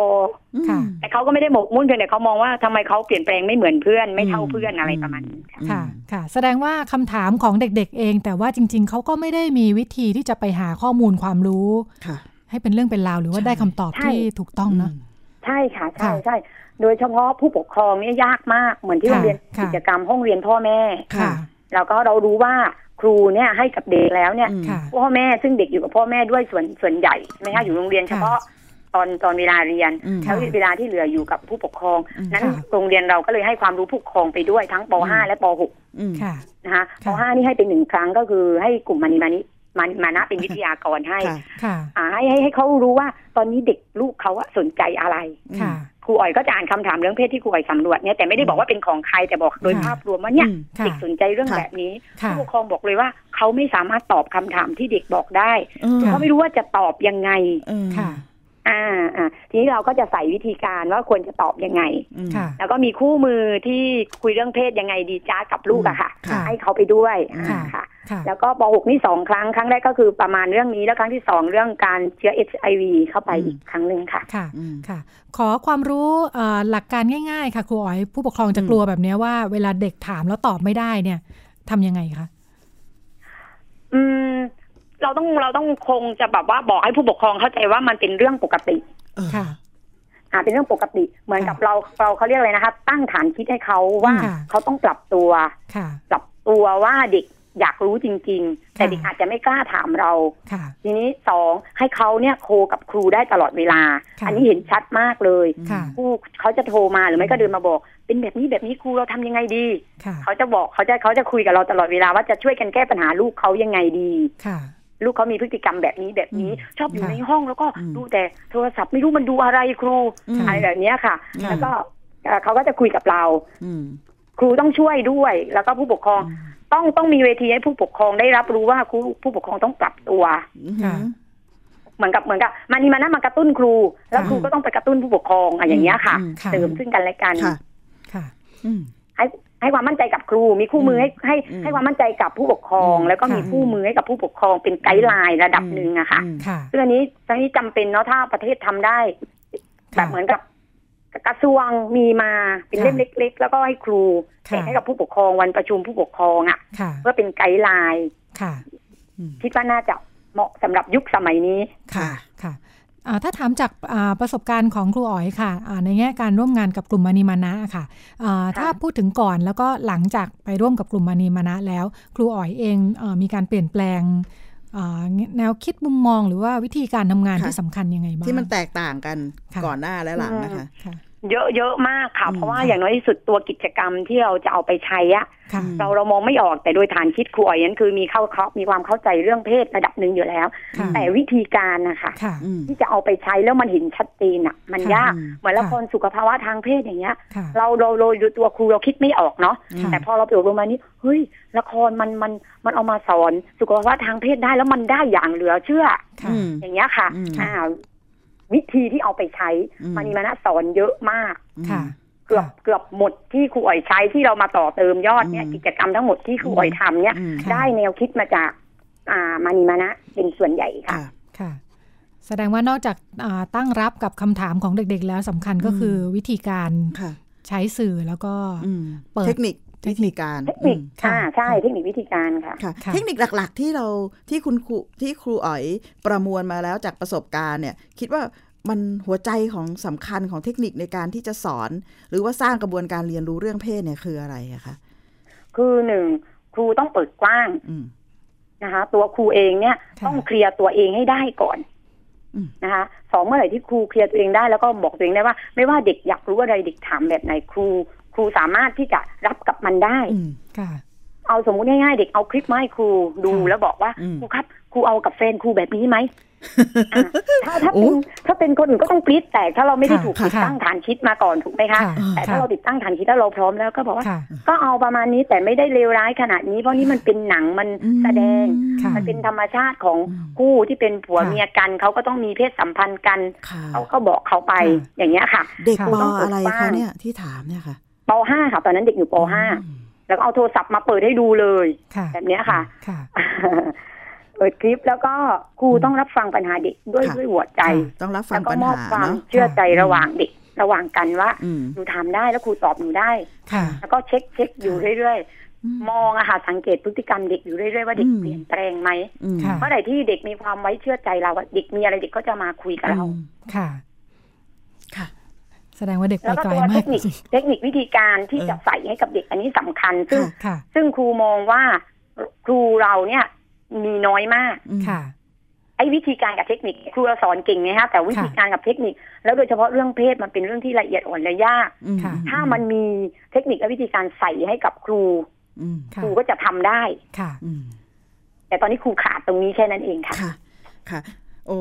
ค่ะ
แต่เขาก็ไม่ได้หมกมุ่นเพียงแต่เขามองว่าทำไมเขาเปลี่ยนแปลงไม่เหมือนเพื่อนไม่เท่าเพื่อนอะไรประมาณนี้ค่ะ
ค่ะ ค่ะ แสดงว่าคำถามของเด็กๆเอง แต่ว่าจริง ๆ เขาก็ไม่ได้มีวิธีที่จะไปหาข้อมูลความรู้
ค่ะ
ให้เป็นเรื่องเป็นราวหรือว่าได้คำตอบที่ถูกต้องเนาะ
ใช่ค่ะใช่
ค่ะ
ใช่โดยเฉพาะผู้ปกครองเนี่ยยากมากเหมือนที่โร
ค่ะ
งเรียน
ค่ะ
กิจกรรมห้องเรียนพ่อแม่
ค่ะ
แล้วก็เรารู้ว่าครูเนี่ยให้กับเด็กแล้วเนี่ย
อืม
ค่ะ
พ่อแม่ซึ่งเด็กอยู่กับพ่อแม่ด้วยส่วนส่วนใหญ่ใช่ไหมคะอยู่โรงเรียน
ค่ะ
เฉพาะตอนตอนเวลาเรียน
อืม
แล้ว
ค่ะ
เวลาที่เหลืออยู่กับผู้ปกครอง
อืม
นั้น
ค่ะ
โรงเรียนเราก็เลยให้ความรู้ผู้ปกครองไปด้วยทั้งป .5 และป .6
อืม
ค่ะ
นะคะป
ค่ะ
.5 นี่ให้เป็นหนึ่งครั้งก็คือให้กลุ่มมานิมานิมานิมานะเป็นวิทยากรให้
ค่ะ
ค่ะ
อ่าให้ให้ให้เขารู้ว่าตอนนี้เด็กลูกเขาอะสนใจอะไร
ค่ะ
ครูอ๋อยก็จะอ่านคำถามเรื่องเพศที่ครูอ๋อยสำรวจเนี่ยแต่ไม่ได้บอกว่าเป็นของใครแต่บอกโดย
ค่ะ
ภาพรวมว่าเนี่ย
อืม
ค่ะ
เด็กสนใจเรื่อง
ค่ะ
แบบนี้
ค่ะ
ผู้ปกครองบอกเลยว่าเขาไม่สามารถตอบคำถามที่เด็กบอกได้
เออ
เขาไม่รู้ว่าจะตอบยังไง
เออ
ค่ะ
อ่าอ่าทีนี้เราก็จะใส่วิธีการว่าควรจะตอบยังไง
อืม
ค่ะ
แล้วก็มีคู่มือที่คุยเรื่องเพศยังไงดีจ้ากับลูกอะค่ะ
ค่ะ
ให้เขาไปด้วยอ่า
ค่ะ
ค่ะ
ค่ะ
แล้วก็ป .6 นี่สองครั้ง ครั้งแรกก็คือประมาณเรื่องนี้ แล้วครั้งที่สองเรื่องการเชื้อ HIV เข้าไป
อืม
อีกครั้งหนึ่งค่ะ
ค่ะ
อืม
ค่ะ ขอความรู้เอ่อหลักการง่าย ๆ ค่ะครูอ๋อย ผู้ปกครองจะ
อืม
กลัวแบบเนี้ยว่าเวลาเด็กถามแล้วตอบไม่ได้เนี่ยทำยังไงคะ
อืม เราต้องเราต้องคงจะแบบว่าบอกให้ผู้ปกครองเข้าใจว่ามันเป็นเรื่องปกติ
เออ
ค่ะ
อ่าเป็นเรื่องปกติเหมือนกับ
ค่ะ
เราเราเขาเรียกอะไรนะคะ ตั้งฐานคิดให้เขาว่า
ค่ะ
เขาต้องปรับตัว
ค่ะ
ปรับตัวว่าเด็กอยากรู้จริง ๆ แต่
ค่ะ
เด็กอาจจะไม่กล้าถามเรา
ค่ะ
ทีนี้สองให้เขาเนี่ยโคกับครูได้ตลอดเวลา
ค่ะ
อันี้เห็นชัดมากเลย
ค่ะ
ครูเขาจะโทรมาหรือไม่ก็เดินมาบอก เป็นแบบนี้แบบนี้ครูเราทำยังไงดี
ค่ะ
เขาจะบอกเขาจะเขาจะคุยกับเราตลอดเวลาว่าจะช่วยกันแก้ปัญหาลูกเขายังไงดี
ค่ะ
ลูกเขามีพฤติกรรมแบบนี้แบบนี้ ชอบอยู่
ค่ะ
ในห้องแล้วก็
อืม
ดูแต่โทรศัพท์ไม่รู้มันดูอะไรครู
อืม
อะไรแบบเนี้ยค่ะ
ค่ะ
แล้วก็เอ่อเขาก็จะคุยกับเรา
อืม
ครูต้องช่วยด้วย แล้วก็ผู้ปกครอง
อืม
ต้องต้องมีเวทีให้ผู้ปกครองได้รับรู้ว่าครูผู้ปกครองต้องปรับตัว
ค่ะ
เหมือนกับเหมือนกับมันนี่มานะมากระตุ้นครู แล้ว
ค่ะ
ครูก็ต้องไปกระตุ้นผู้ปกครองอะอย่างเงี้ยค่ะ
อืม
ค่ะ
เสริมซึ่งกันและกัน
ค่ะ
ค่ะ
อืม
ให้ให้ความมั่นใจกับครู มีคู่มือให้ให้
อืม
ให้ความมั่นใจกับผู้ปกครอง
อืม
แล้วก็
ค่ะ
มีคู่มือให้กับผู้ปกครองเป็นไกด์ไลน์ระดับหนึ่งอะค่ะ
อืม
ค่ะ
เรื่องนี้ตอนนี้จำเป็นเนาะถ้าประเทศทำได้แบบเหมือนกับกระทรวงมีมาเป็น
ค่ะ
เล่มเล็ก ๆ แล้วก็ให้ครู
ค่ะ
แจกให้กับผู้ปกครองวันประชุมผู้ปกครองอะ
ค่ะ
เพื่อเป็นไกด์ไลน์
ค่ะ
คิดว่าน่าจะเหมาะสำหรับยุคสมัยนี้
ค่ะ
ค่ะ
ค่ะอ่าถ้าถามจากอ่าประสบการณ์ของครูอ๋อยค่ะอ่าในแง่การร่วมงานกับกลุ่มมานีมานะค่ะอ่าถ้าพูดถึงก่อนแล้วก็หลังจากไปร่วมกับกลุ่มมานีมานะแล้ว ครูอ๋อยเองเออมีการเปลี่ยนแปลงอ่าแนวคิดมุมมองหรือว่าวิธีการทำงาน
ค่ะ
ที่สำคัญยังไงบ้าง
ที่มันแตกต่างกัน
ค่ะ
ก่อนหน้าและหลังนะคะ
ค่ะ
เยอะเยอะมากค่ะ
อืม
เพราะว่าอย่างน้อยที่สุดตัวกิจกรรมที่เราจะเอาไปใช้อะ
ค่ะ
เราเรามองไม่ออกแต่โดยฐานคิดครูอ๋อยนั้นคือมีเข้าเขามีความเข้าใจเรื่องเพศระดับหนึ่งอยู่แล้ว
ค่ะ
แต่วิธีการนะคะ
ค่ะ
อืม
ที่จะเอาไปใช้แล้วมันเห็นชัดเจนอะมัน
ค่ะ
ยาก
อืม
เหมือนละ
ค่ะ
ครสุขภาวะทางเพศอย่างเงี้ย
ค่ะ
เราเราเราเราตัวครูเราคิดไม่ออกเนาะ
ค่ะ
แต่พอเราไปอบรมมานี้เฮ้ยละครมันมันมันเอามาสอนสุขภาวะทางเพศได้แล้วมันได้อย่างเหลือเชื่อ
ค่ะ
อืม
อย่างเงี้ยค่ะ
อืม
อ่าวิธีที่เอาไปใช้
อืม
มานีมานะสอนเยอะมาก
ค่ะ
เกือบเกือบหมดที่ครูอ๋อยใช้ที่เรามาต่อเติมยอดเนี่ย
อืม
กิจกรรมทั้งหมดที่ครูอ๋อยทำเนี่ย
อืม
ได้แนวคิดมาจาก อ่ามานีมานะเป็นส่วนใหญ่ค่ะ
ค่ะ
ค่ะ แสดงว่านอกจากอ่าตั้งรับกับคำถามของเด็กๆ แล้วสำคัญก็คืออวิธีการ
ค่ะ
ใช้สื่อแล้วก็
อืม
เปิด
เทคนิค
เทค
วิ
นิ
ธี
ค
การ
เทคนิค
อืม
ค่ะ
อ่าใช่
ค่ะ
เทคนิควิธีการค่ะ
ค่ะ
ค่ะ
เทคนิคหลักๆที่เราที่คุณครูที่ครูอ๋อยประมวลมาแล้วจากประสบการณ์เนี่ยคิดว่ามันหัวใจของสำคัญของเทคนิคในการที่จะสอน หรือว่าสร้างกระบวนการเรียนรู้เรื่องเพศเนี่ยคืออะไรอะคะ
คือหนึ่งครูต้องเปิดกว้าง
อืม
นะคะ ตัวครูเองเนี่ย
ค่ะ
ต้องเคลียร์ตัวเองให้ได้ก่อน
อืม
นะคะสองเมื่อไหร่ที่ครูเคลียร์ตัวเองได้แล้วก็บอกตัวเองได้ว่า ไม่ว่าเด็กอยากรู้อะไรเด็กถามแบบไหนครู ครูสามารถที่จะรับกับมันได้
อืม
ค่ะ
เอาสมมุติง่ายๆเด็กเอาคลิปมาให้ครูดู
ค่ะ
แล้วบอกว่า
อืม
ครูครับครูเอากับแฟนครูแบบนี้ไหมอ่ะถ้าถ้า
โอ้
เป็นถ้าเป็นคนอื่นก็ต้องกรี๊ดแต่ถ้าเราไม่ได้
ค่ะ
ถูก
ค่ะ
ติดตั้งฐานคิดมาก่อนถูกไหมคะ
ค่ะ
แต่
ค่ะ
ถ้าเราติดตั้งฐานคิดแล้วเราพร้อมแล้วก็บอกว่า
ค่ะ
ก็เอาประมาณนี้แต่ไม่ได้เลวร้ายขนาดนี้เพราะนี่มันเป็นหนังมัน
อืม
แสดง
ค่ะ
มันเป็นธรรมชาติของ
อืม
คู่ที่เป็นผัว
ค่ะ
เมียกันเขาก็ต้องมีเพศสัมพันธ์กัน
ค่ะ
เขาก็บอกเขาไป
ค่ะ
อย่างเงี้ยค่ะ
เด็ก
ค่ะ
ปออะไรคะเนี่ยที่ถามเนี่ยค่ะ
ป .5 ค่ะตอนนั้นเด็กอยู่ป
อืม
.5 แล้วก็เอาโทรศัพท์มาเปิดให้ดูเลย <laughs>
ค่ะ
แบบเนี้ยค่ะ
ค่ะ
เปิดคลิปแล้วก็ครู
อืม
ต้องรับฟังปัญหาเด็กด้วย
ค่ะ
ด้วยหัวใจ
ค่ะ
ต้องรับฟั
แล้
ง
วก็
ปัญ
มอบ
หา
ความ
เนาะ
เชื่อใจ
ค่ะ
ระหว่างเด็ก ระหว่างกันว่า
อืม
หนูถามได้แล้วครูตอบหนูได้
ค่ะ
แล้วก็เช็คเช็คอยู่
ค่ะ
เรื่อยๆ มองอะค่ะสังเกตพฤติกรรมเด็กอยู่เรื่อยๆว่าเด็ก
อืม
เปลี่ยนแปลงไหม
อืม
ค่ะ
เมื่อไหร่ที่เด็กมีความไว้เชื่อใจเราอะเด็กมีอะไรเด็กก็จะมาคุยกับเรา
อืม
ค่ะ
ค่ะ
แสดงว่าเด็กไป
แล้วก็
ไกล
ตัว
มา
เท
ก
คนิค
จริง
เทคนิควิธีการที่
เออ
จะใส่ให้กับเด็กอันนี้สำคัญ ซึ่ง
ๆค่ะ
ซึ่งครูมองว่าครูเราเนี่ยมีน้อยมาก
อืม
ค่ะ
ไอ้วิธีการกับเทคนิคครูเราสอนเก่งไงฮะแต่วิธีการกับเทคนิค แล้วโดยเฉพาะเรื่องเพศมันเป็นเรื่องที่ละเอียดอ่อนและยาก
อืม
ค่ะ
ถ้ามันมีเทคนิคและวิธีการใส่ให้กับครู
อืม
ค่ะ
ครูก็จะทำได้
ค่ะ
อืม
แต่ตอนนี้ครูขาดตรงนี้แค่นั้นเองค่ะ
ค่ะ ค่ะ โอ้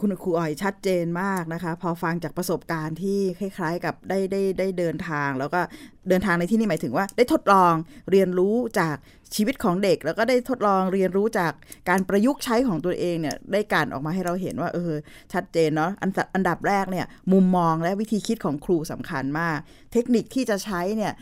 คุณครูอ่อยชัดเจนมากนะคะ พอฟังจากประสบการณ์ที่คล้ายๆ กับได้ได้ได้เดินทาง แล้วก็เดินทางในที่นี่หมายถึงว่า ได้ทดลองเรียนรู้จากชีวิตของเด็ก แล้วก็ได้ทดลองเรียนรู้จากการประยุกต์ใช้ของตัวเองเนี่ยได้การออกมาให้เราเห็นว่าเออชัดเจนเนาะอันดับอันดับแรกเนี่ยมุมมองและวิธีคิดของครูสำคัญมาก เทคนิคที่จะใช้เนี่ย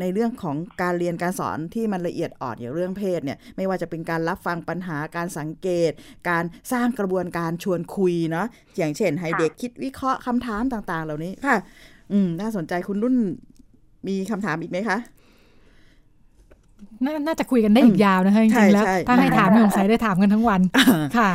ในเรื่องของการเรียนการสอนที่มันละเอียดอ่อนอย่างเรื่องเพศเนี่ยไม่ว่าจะเป็นการรับฟังปัญหาการสังเกต การสร้างกระบวนการชวนคุยเนาะอย่างเช่นให้เด็กคิดวิเคราะห์คำถามต่าง ๆ เหล่านี้ค่ะ อืม น่าสนใจคุณรุ่นมีคำถามอีกไหมคะ
น่าน่าจะคุยกันได้อีกยาวนะคะจ
ใช่
ริงๆแล้ว
ใช่
ถ้าให้ถามเนี่ยสงสัยได้ถามกันทั้งวัน ค่ะ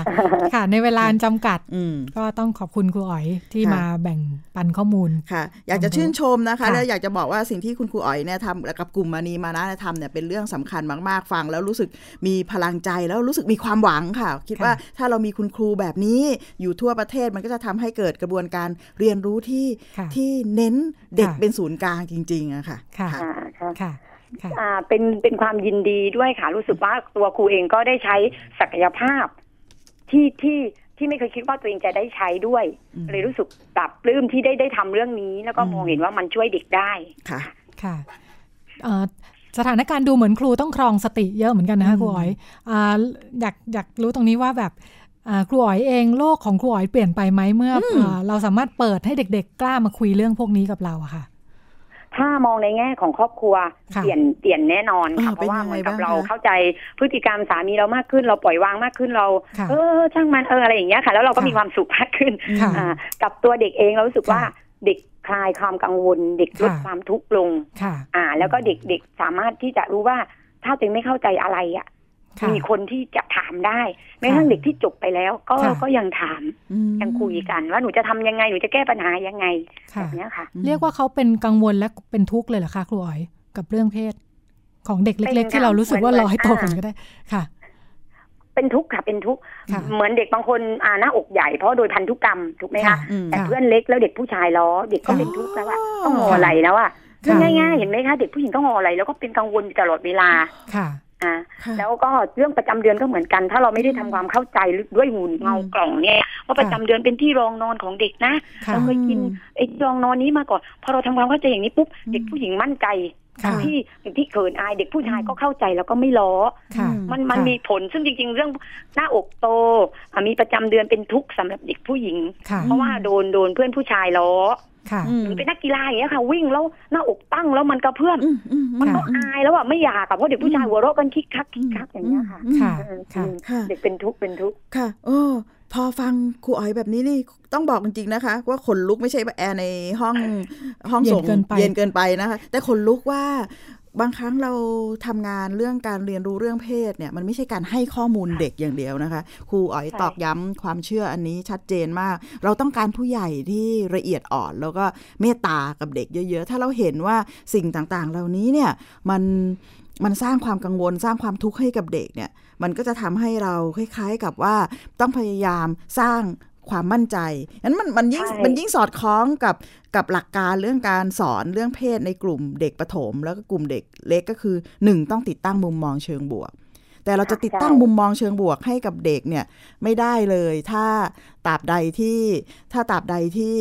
ค่ะ ในเวลาอันจำกัด
อืม
ก็ต้องขอบคุณครูอ๋อยที่
ค่ะ
มาแบ่งปันข้อมูล
ค่ะ อยากจะชื่นชมนะคะ
ค่ะ
แล้วอยากจะบอกว่าสิ่งที่คุณครูอ๋อยเนี่ยทำกับกลุ่มมานีมานะเนี่ยทำเนี่ยเป็นเรื่องสำคัญมากๆฟัง แล้วรู้สึกมีพลังใจแล้วรู้สึกมีความหวังค่ะ คิดว่าถ้าเรามีคุณครูแบบนี้อยู่ทั่วประเทศมันก็จะทำให้เกิดกระบวนการเรียนรู้ที่
ค่ะ
ที่เน้นเด็ก
ค่ะ
เป็นศูนย์กลางจริงๆอะค่ะ
ค่ะ
อ่าค่ะ
ค่ะ ค่ะ
อ่าเป็นเป็นความยินดีด้วยค่ะ รู้สึกว่าตัวครูเองก็ได้ใช้ศักยภาพ ที่ที่ที่ไม่เคยคิดว่าตัวเองจะได้ใช้ด้วย
อืม
เลยรู้สึกปรับปลื้มที่ได้ได้ทำเรื่องนี้ แล้วก็มองเห็นว่ามันช่วยเด็กได้
ค่ะ
ค่ะเอ่อสถานการณ์ดูเหมือนครูต้องครองสติเยอะเหมือนกันนะคะ
อืม
ครูอ๋อยอาอยากอยากรู้ตรงนี้ว่าแบบอ่าครูอ๋อยเองโลกของครูอ๋อยเปลี่ยนไปไหมเมื่ออ่าเราสามารถเปิดให้เด็ก ๆ กล้ามาคุยเรื่องพวกนี้กับเราอะค่ะ
ถ้ามองในแง่ของครอบครัว
ค่ะ
เปลี่ยนเปลี่ยนแน่นอน
เอ
ค่ะ
อ
เพราะว่า
เป็นยัง
เห
ไง
มือนกับ
บ้าง
เรา
คะ
เข้าใจพฤติกรรมสามีเรามากขึ้น เราปล่อยวางมากขึ้นเรา
ค่ะ
เออช่างมันเอออะไรอย่างเงี้ยค่ะ แล้วเราก็
ค่ะ
มีความสุขมากขึ้น
ค่ะ
อ่ากับตัวเด็กเองเรารู้สึก
ค่ะ
ว่าเด็กคลายความกังวล เด็กลด
ค่ะ
ความทุกข์ลง
ค่ะ
อ่า แล้วก็เด็กเด็กสามารถที่จะรู้ว่าถ้าตัวเองไม่เข้าใจอะไรอ่ะ
ค่ะ
มีคนที่จะถามได้แม้กระทั่งเด็กที่จบไปแล้ว ก็
ค่ะ
ก็ยังถามยังคุยกัน ว่าหนูจะทำยังไงหนูจะแก้ปัญหายังไง
ค่ะ
แบบเนี้ยค่ะ
เรียกว่าเขาเป็นกังวลและเป็นทุกข์เลยเหรอคะครูอ๋อย กับเรื่องเพศของเด็กเล็ก ๆ ที่เรารู้สึกว่ารอให้โตก่อนก็ได้ค่ะ
เป็นทุกข์ค่ะเป็นทุกข์
ค่ะ
เหมือนเด็กบางคนอ่าหน้าอกใหญ่เพราะโดยพันธุกรรมถูกไหม
ค่ะ
คะ
อืม
แต่
ค่ะ
เพื่อนเล็กแล้วเด็กผู้ชายล้อเด็กก็
ค่ะ
เป็นทุกข์แล้วอะ
อ๋อ
ต้องงอไหลแล้วอะ
ค่ะ
ง่ายๆเห็นไหมคะเด็กผู้หญิงต้องงอไหลแล้วก็เป็นกังวลอยู่ตลอดเวลา
ค่ะ
อ่า
ค่ะ
แล้วก็เรื่องประจำเดือนก็เหมือนกัน ถ้าเราไม่ได้ทำความเข้าใจลึกด้วยหูเงากล่องเนี่ยว่าประจำเดือนเป็นที่รองนอนของเด็กนะ
ค่ะ
เราเคยกินไอ้รองนอนนี้มาก่อนพอเราทำความเข้าใจอย่างนี้ปุ๊บเด็กผู้หญิงมั่นใจ
ค่ะ
ที่ที่เขินอายเด็กผู้ชายก็เข้าใจแล้วก็ไม่ล้อ
ค่ะ
มันมัน
ค่ะ
มีผลซึ่งจริง ๆ เรื่องหน้าอกโตอ่ะมีประจำเดือนเป็นทุกข์สำหรับเด็กผู้หญิง
ค่ะ
เพราะว่าโดนโดนเพื่อนผู้ชายล้อ
ค่ะ
อืม
หรือเป็นนักกีฬาอย่างเงี้ยค่ะ วิ่งแล้วหน้าอกตั้งแล้วมันกระเพื่อม
อืมอื
มัน
ค่ะ
ก็อายแล้วอ่ะไม่อยากอ่ะเพราะเด็กผู้ชายหัวเราะกันคิกคักคิกคักอย่างเงี้ยค่ะ
อืม
ค่ะ
เออ
ค่ะ
ค่ะ
เด็กเป็นทุกข์เป็นทุกข์
ค่ะโอ้พอฟังครูอ๋อยแบบนี้นี่ต้องบอกจริงๆนะคะ ว่าข
<laughs>
นลุกไม่ใช่แอร์ในห้องห้อง
เย็น
ส่ง
เกินไป
เย็นเกินไปนะคะ แต่ขนลุกว่า บางครั้งเราทำงานเรื่องการเรียนรู้เรื่องเพศเนี่ยมันไม่ใช่การให้ข้อมูลเด็กอย่างเดียวนะคะ ครูอ๋อย
ใช่
ตอกย้ำความเชื่ออันนี้ชัดเจนมาก เราต้องการผู้ใหญ่ที่ละเอียดอ่อน แล้วก็เมตตากับเด็กเยอะ ๆ ถ้าเราเห็นว่าสิ่งต่างๆ เหล่านี้เนี่ยมันมันสร้างความกังวลสร้างความทุกข์ให้กับเด็กเนี่ย มันก็จะทำให้เราคล้ายๆกับว่าต้องพยายามสร้างความมั่นใจงั้นมันมันยิ่ง
ใช่
มันยิ่งสอดคล้องกับกับหลักการเรื่องการสอนเรื่องเพศในกลุ่มเด็กประถม แล้วก็กลุ่มเด็กเล็กก็คือหนึ่งต้องติดตั้งมุมมองเชิงบวก แต่เราจะติดตั้งมุมมองเชิงบวกให้กับเด็กเนี่ยไม่ได้เลยถ้าตราบใดที่ถ้าตราบใดที่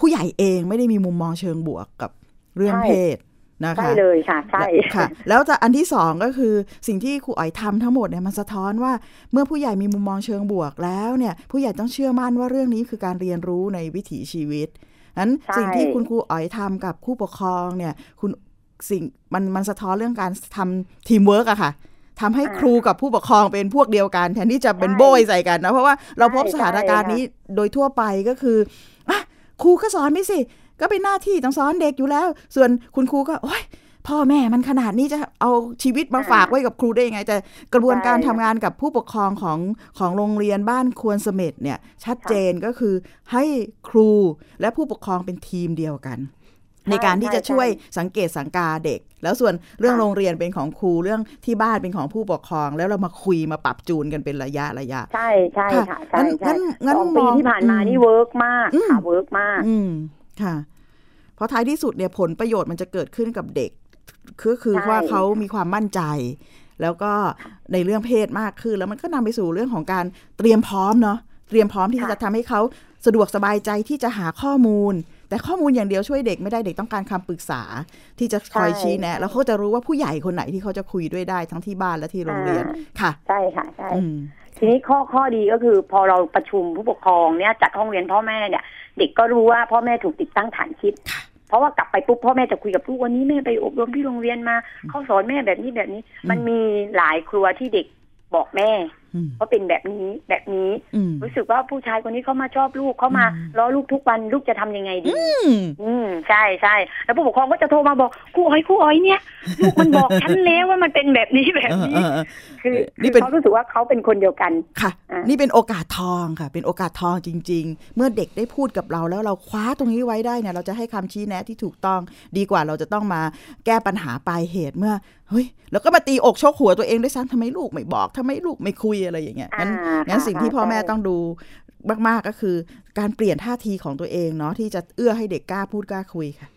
ผู้ใหญ่เองไม่ได้มีมุมมองเชิงบวกกับเรื่องเพศนะคะ
ใช่เลยค่ะ ใช่
ค่ะแล้วจะอันที่สองก็คือสิ่งที่ครูอ๋อยทำทั้งหมดเนี่ยมันสะท้อนว่าเมื่อผู้ใหญ่มีมุมมองเชิงบวกแล้วเนี่ยผู้ใหญ่ต้องเชื่อมั่นว่าเรื่องนี้คือการเรียนรู้ในวิถีชีวิตนั้น
ใช่
สิ่งที่คุณครูอ๋อยทำกับผู้ปกครองเนี่ยคุณสิ่งมันมันสะท้อนเรื่องการทำทีมเวิร์กอะค่ะทำให้ครูกับผู้ปกครองเป็นพวกเดียวกันแทนที่จะเป็นโบยใส่กันนะเพราะว่าเราพบสถานการณ์นี้โดยทั่วไปก็คืออ่ะครูก็สอนไม่สิ ก็เป็นหน้าที่ต้องสอนเด็กอยู่แล้ว ส่วนคุณครูก็โอ๊ย พ่อแม่มันขนาดนี้จะเอาชีวิตมา
อ่า
ฝากไว้กับครูได้ยังไง แต่กระบวนการ
ใช่
ทำงานกับผู้ปกครองของของโรงเรียนบ้านควรเสม็ดเนี่ย ชัดเจนก็คือให้ครูและผู้ปกครองเป็นทีมเดียวกัน
ช่
ในการที่จะ
ใช่
ช่วยสังเกตสังกาเด็ก แล้วส่วนเรื่อง
ค่ะ
โรงเรียนเป็นของครูเรื่องที่บ้านเป็นของผู้ปกครอง แล้วเรามาคุยมาปรับจูนกันเป็นระยะระยะ
ใช่ใช่ค่ะใช่
งั้น
ใช่
งั้นงั้น
สอง
ม
ปี
อง
ที่ผ่านมา
อืม
นี่เวิร์กมาก
อืม
ค่ะเวิร์กมาก
อืมค่ะ เพราะท้ายที่สุดเนี่ยผลประโยชน์มันจะเกิดขึ้นกับเด็กคือคือ
ใช่
ว่าเขามีความมั่นใจ แล้วก็ในเรื่องเพศมากขึ้น แล้วมันก็นำไปสู่เรื่องของการเตรียมพร้อมเนาะเตรียมพร้อมที่จะทำให้เขาสะดวกสบายใจที่จะหาข้อมูล แต่ข้อมูลอย่างเดียวช่วยเด็กไม่ได้เด็กต้องการคำปรึกษา ที่จะคอยชี้แนะ แล้วเขาจะรู้ว่าผู้ใหญ่คนไหนที่เขาจะคุยด้วยได้ทั้งที่บ้านและที่โรงเรียนค่ะ
ใช่ค่ะใช่
อืม
ทีนี้ข้อข้อดีก็คือพอเราประชุมผู้ปกครองเนี่ยจัดห้องเรียนพ่อแม่เนี่ย เด็กก็รู้ว่าพ่อแม่ถูกติดตั้งฐานคิด เพราะว่ากลับไปปุ๊บพ่อแม่จะคุยกับลูกวันนี้แม่ไปอบรมที่โรงเรียนมาเขาสอนแม่แบบนี้แบบนี้
อืม
มันมีหลายครัวที่เด็กบอกแม่
อืม
ว่าเป็นแบบนี้แบบนี้
อืม
รู้สึกว่าผู้ชายคนนี้เขามาชอบลูกเขามา
อืม
ล้อลูกทุกวันลูกจะทำยังไงดี
อืม
อืมใช่ใช่แล้วผู้ปกครองก็จะโทรมาบอกครูอ้อยครูอ้อยเนี่ย <laughs> ลูกมันบอกฉันแล้วว่ามันเป็นแบบนี้แบบนี้คือ
นี่เป็น
คือเขารู้สึกว่าเขาเป็นคนเดียวกัน
ค่ะ
อ่ะ
นี่เป็นโอกาสทองค่ะ เป็นโอกาสทองจริง ๆ เมื่อเด็กได้พูดกับเราแล้วเราคว้าตรงนี้ไว้ได้เนี่ย เราจะให้คำชี้แนะที่ถูกต้องดีกว่าเราจะต้องมาแก้ปัญหาปลายเหตุเมื่อ เฮ้ย แล้วก็มาตีอกชกหัวตัวเองด้วยซ้ำทำไมลูกไม่บอกทำไมลูกไม่คุยอะไรอย่างเงี้ย งั้น
อ่า
งั้น
ค่ะ
สิ่งที่พ่อแม่
ใช่
ต้องดูมากๆก็คือ การเปลี่ยนท่าทีของตัวเองเนาะที่จะเอื้อให้เด็กกล้าพูดกล้าคุยค่ะ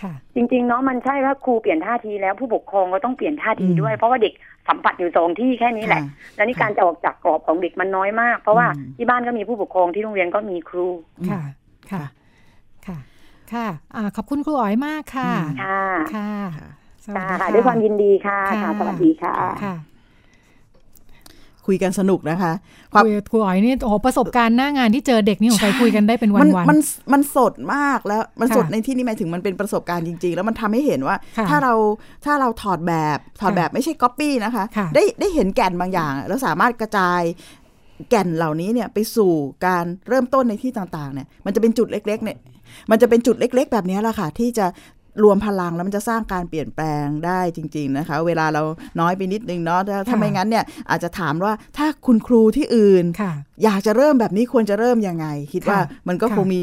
ค่ะ
จริงๆเนาะมันใช่ว่าครูเปลี่ยนท่าทีแล้วผู้ปกครองก็ต้องเปลี่ยนท่าที
อืม
ด้วย เพราะว่าเด็กสัมผัสอยู่สองที่แค่นี้แหละ
ค่ะ
แล้วนี่
ค่ะ
การจะออกจากกรอบของเด็กมันน้อยมาก เพราะว่า
อืม
ที่บ้านก็มีผู้ปกครองที่โรงเรียนก็มีครู
อืม
ค่ะ ค่ะ
ค่ะ
ค่ะ ค่ะอ่าขอบคุณครูอ๋อยมากค่ะ
ค่ะ
ค่ะ สวัสดี
ค่ะ
ค่ะ
ด้วยความยินดีค่ะค่ะสวัสดีค่ะ
ค่ะ
คุยกันสนุกนะคะ ค
คุ
วาม
ยกับครูอ๋อยนี่โอ้โหประสบการณ์หน้างานที่เจอเด็กนี่ของใครคุยกันได้เป็นวัน
มั
วัน
มันมันสดมากแล้วมัน
ค่ะ
สดในที่นี้หมายถึงมันเป็นประสบการณ์จริง ๆ แล้วมันทำให้เห็นว่า
ค่ะ
ถ้าเราถ้าเราถอดแบบถอด
ค่ะ
แบบไม่ใช่ก๊อปปี้นะคะ
ค่ะ
ได้ได้เห็นแก่นบางอย่าง แล้วสามารถกระจายแก่นเหล่านี้เนี่ยไปสู่การเริ่มต้นในที่ต่างๆเนี่ยมันจะเป็นจุดเล็กๆเนี่ยมันจะเป็นจุดเล็ก ๆ แบบนี้แหละค่ะ ที่จะรวมพลังแล้วมันจะสร้างการเปลี่ยนแปลงได้จริง ๆนะคะ เวลาเราน้อยไปนิดนึงเนาะถ้าถ้าไม่งั้นเนี่ยอาจจะถามว่าถ้าคุณครูที่อื่น
ค่ะ
อยากจะเริ่มแบบนี้ควรจะเริ่มยังไง คิด
ค่ะ
ว่ามันก็
ค่ะ
คงมี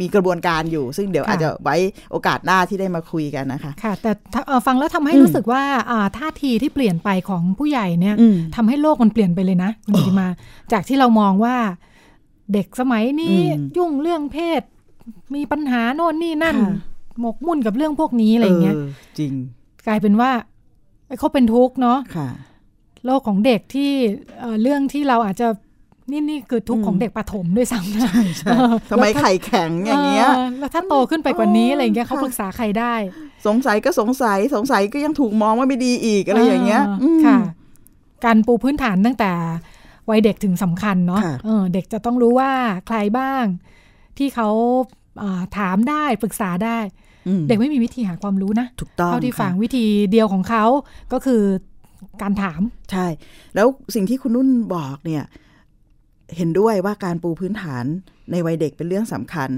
มีกระบวนการอยู่ ซึ่งเดี๋ยว
ค่ะ
อาจจะไว้โอกาสหน้าที่ได้มาคุยกันนะคะ
ค่ะ แต่ถ้าเอ่อฟังแล้วทำให้
อืม
รู้สึกว่าอ่าท่าทีที่เปลี่ยนไปของผู้ใหญ่เนี่ย
อืม
ทำให้โลกมันเปลี่ยนไปเลยนะคุณจิติมา จากที่เรามองว่า เด็กสมัยนี้
อืม
ยุ่งเรื่องเพศ มีปัญหาโน่นนี่นั่น
ค่ะ
หมกมุ่นกับเรื่องพวกนี้อะไรอย่างเงี้ย
จริง
กลายเป็นว่าเอ้ยเขาเป็นทุกข์เนาะ
ค่ะ
โลกของเด็กที่เอ่อเรื่องที่เราอาจจะนี่นี่คือทุกข์ของ
อืม
เด็กประถมด้วยซ้ำนะเออ
ทำไม
แล้วถ้า
ไข่แข็งอย่างเงี้ย
ออแล้วถ้าโตขึ้นไปกว่านี้
เออ
อะไรอย่างเงี้ยเขา
ค่ะ
ปรึกษาใครได้
สงสัยก็สงสัยสงสัยก็ยังถูกมองว่าไม่ดีอีกอะไรอย่างเงี้ย
อ
อืม
อค่ะ การปูพื้นฐานตั้งแต่วัยเด็กถึงสำคัญเนาะ
ค่ะ
เออเด็กจะต้องรู้ว่าใครบ้าง ที่เขาอ่าถามได้ปรึกษาได้
อืม
เด็กไม่มีวิธีหาความรู้นะ
ถูกต้อง
เท่าที่
ค่ะ
ฟังวิธีเดียวของเขาก็คือการถาม
ใช่ แล้วสิ่งที่คุณนุ่นบอกเนี่ย เห็นด้วยว่าการปูพื้นฐานในวัยเด็กเป็นเรื่องสำคัญ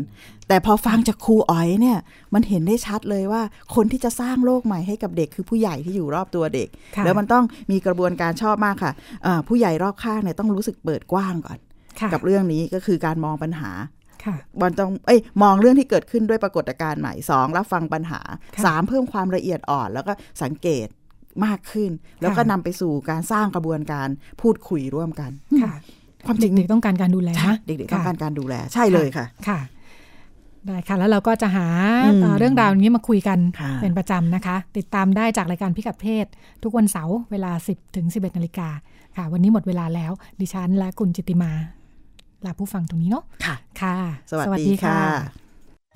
แต่พอฟังจากครูอ๋อยเนี่ย มันเห็นได้ชัดเลยว่าคนที่จะสร้างโลกใหม่ให้กับเด็กคือผู้ใหญ่ที่อยู่รอบตัวเด็ก
ค่ะ
แล้วมันต้องมีกระบวนการชอบมากค่ะเอ่อผู้ใหญ่รอบข้างเนี่ยต้องรู้สึกเปิดกว้างก่อน
ค่ะ
กับเรื่องนี้ก็คือการมองปัญหา
ค่ะ
มันต้องเอ้ยมองเรื่องที่เกิดขึ้นด้วยปรากฏการณ์ใหม่สองรับฟังปัญหา
ค่ะ
สามเพิ่มความละเอียดอ่อน แล้วก็สังเกตมากขึ้น แล้วก็
ค่ะ
นำไปสู่การสร้างกระบวนการพูดคุยร่วมกัน
ค่ะ
ความจริง
เด็กๆต้องการการดูแลนะ
เด็กๆต้อง
ค่ะ
การการดูแลใช่เลยค่ะ
ค่ะ ได้ค่ะ แล้วเราก็จะหา
อืม
เอ่อเรื่องราวนี้มาคุยกัน
ค่ะ
เป็นประจำนะคะ ติดตามได้จากรายการพิกัดเพศ ทุกวันเสาร์เวลา 10ถึง11นาฬิกาค่ะ วันนี้หมดเวลาแล้ว ดิฉันและคุณจิตติมาลาผู้ฟังตรงนี้เนาะ
ค่ะ
ค่ะ
สวัสดีค่ะ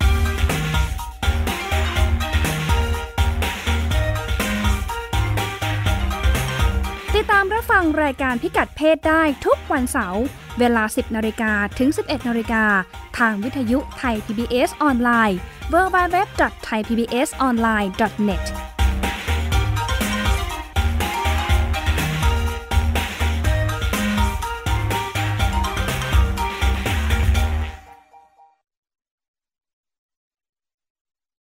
ติดตามรับฟังรายการพิกัดเพศได้ทุกวันเสาร์เวลา 10นาฬิกาถึง 11นาฬิกาทางวิทยุไทย PBS ออนไลน์ www.thaipbsonline.net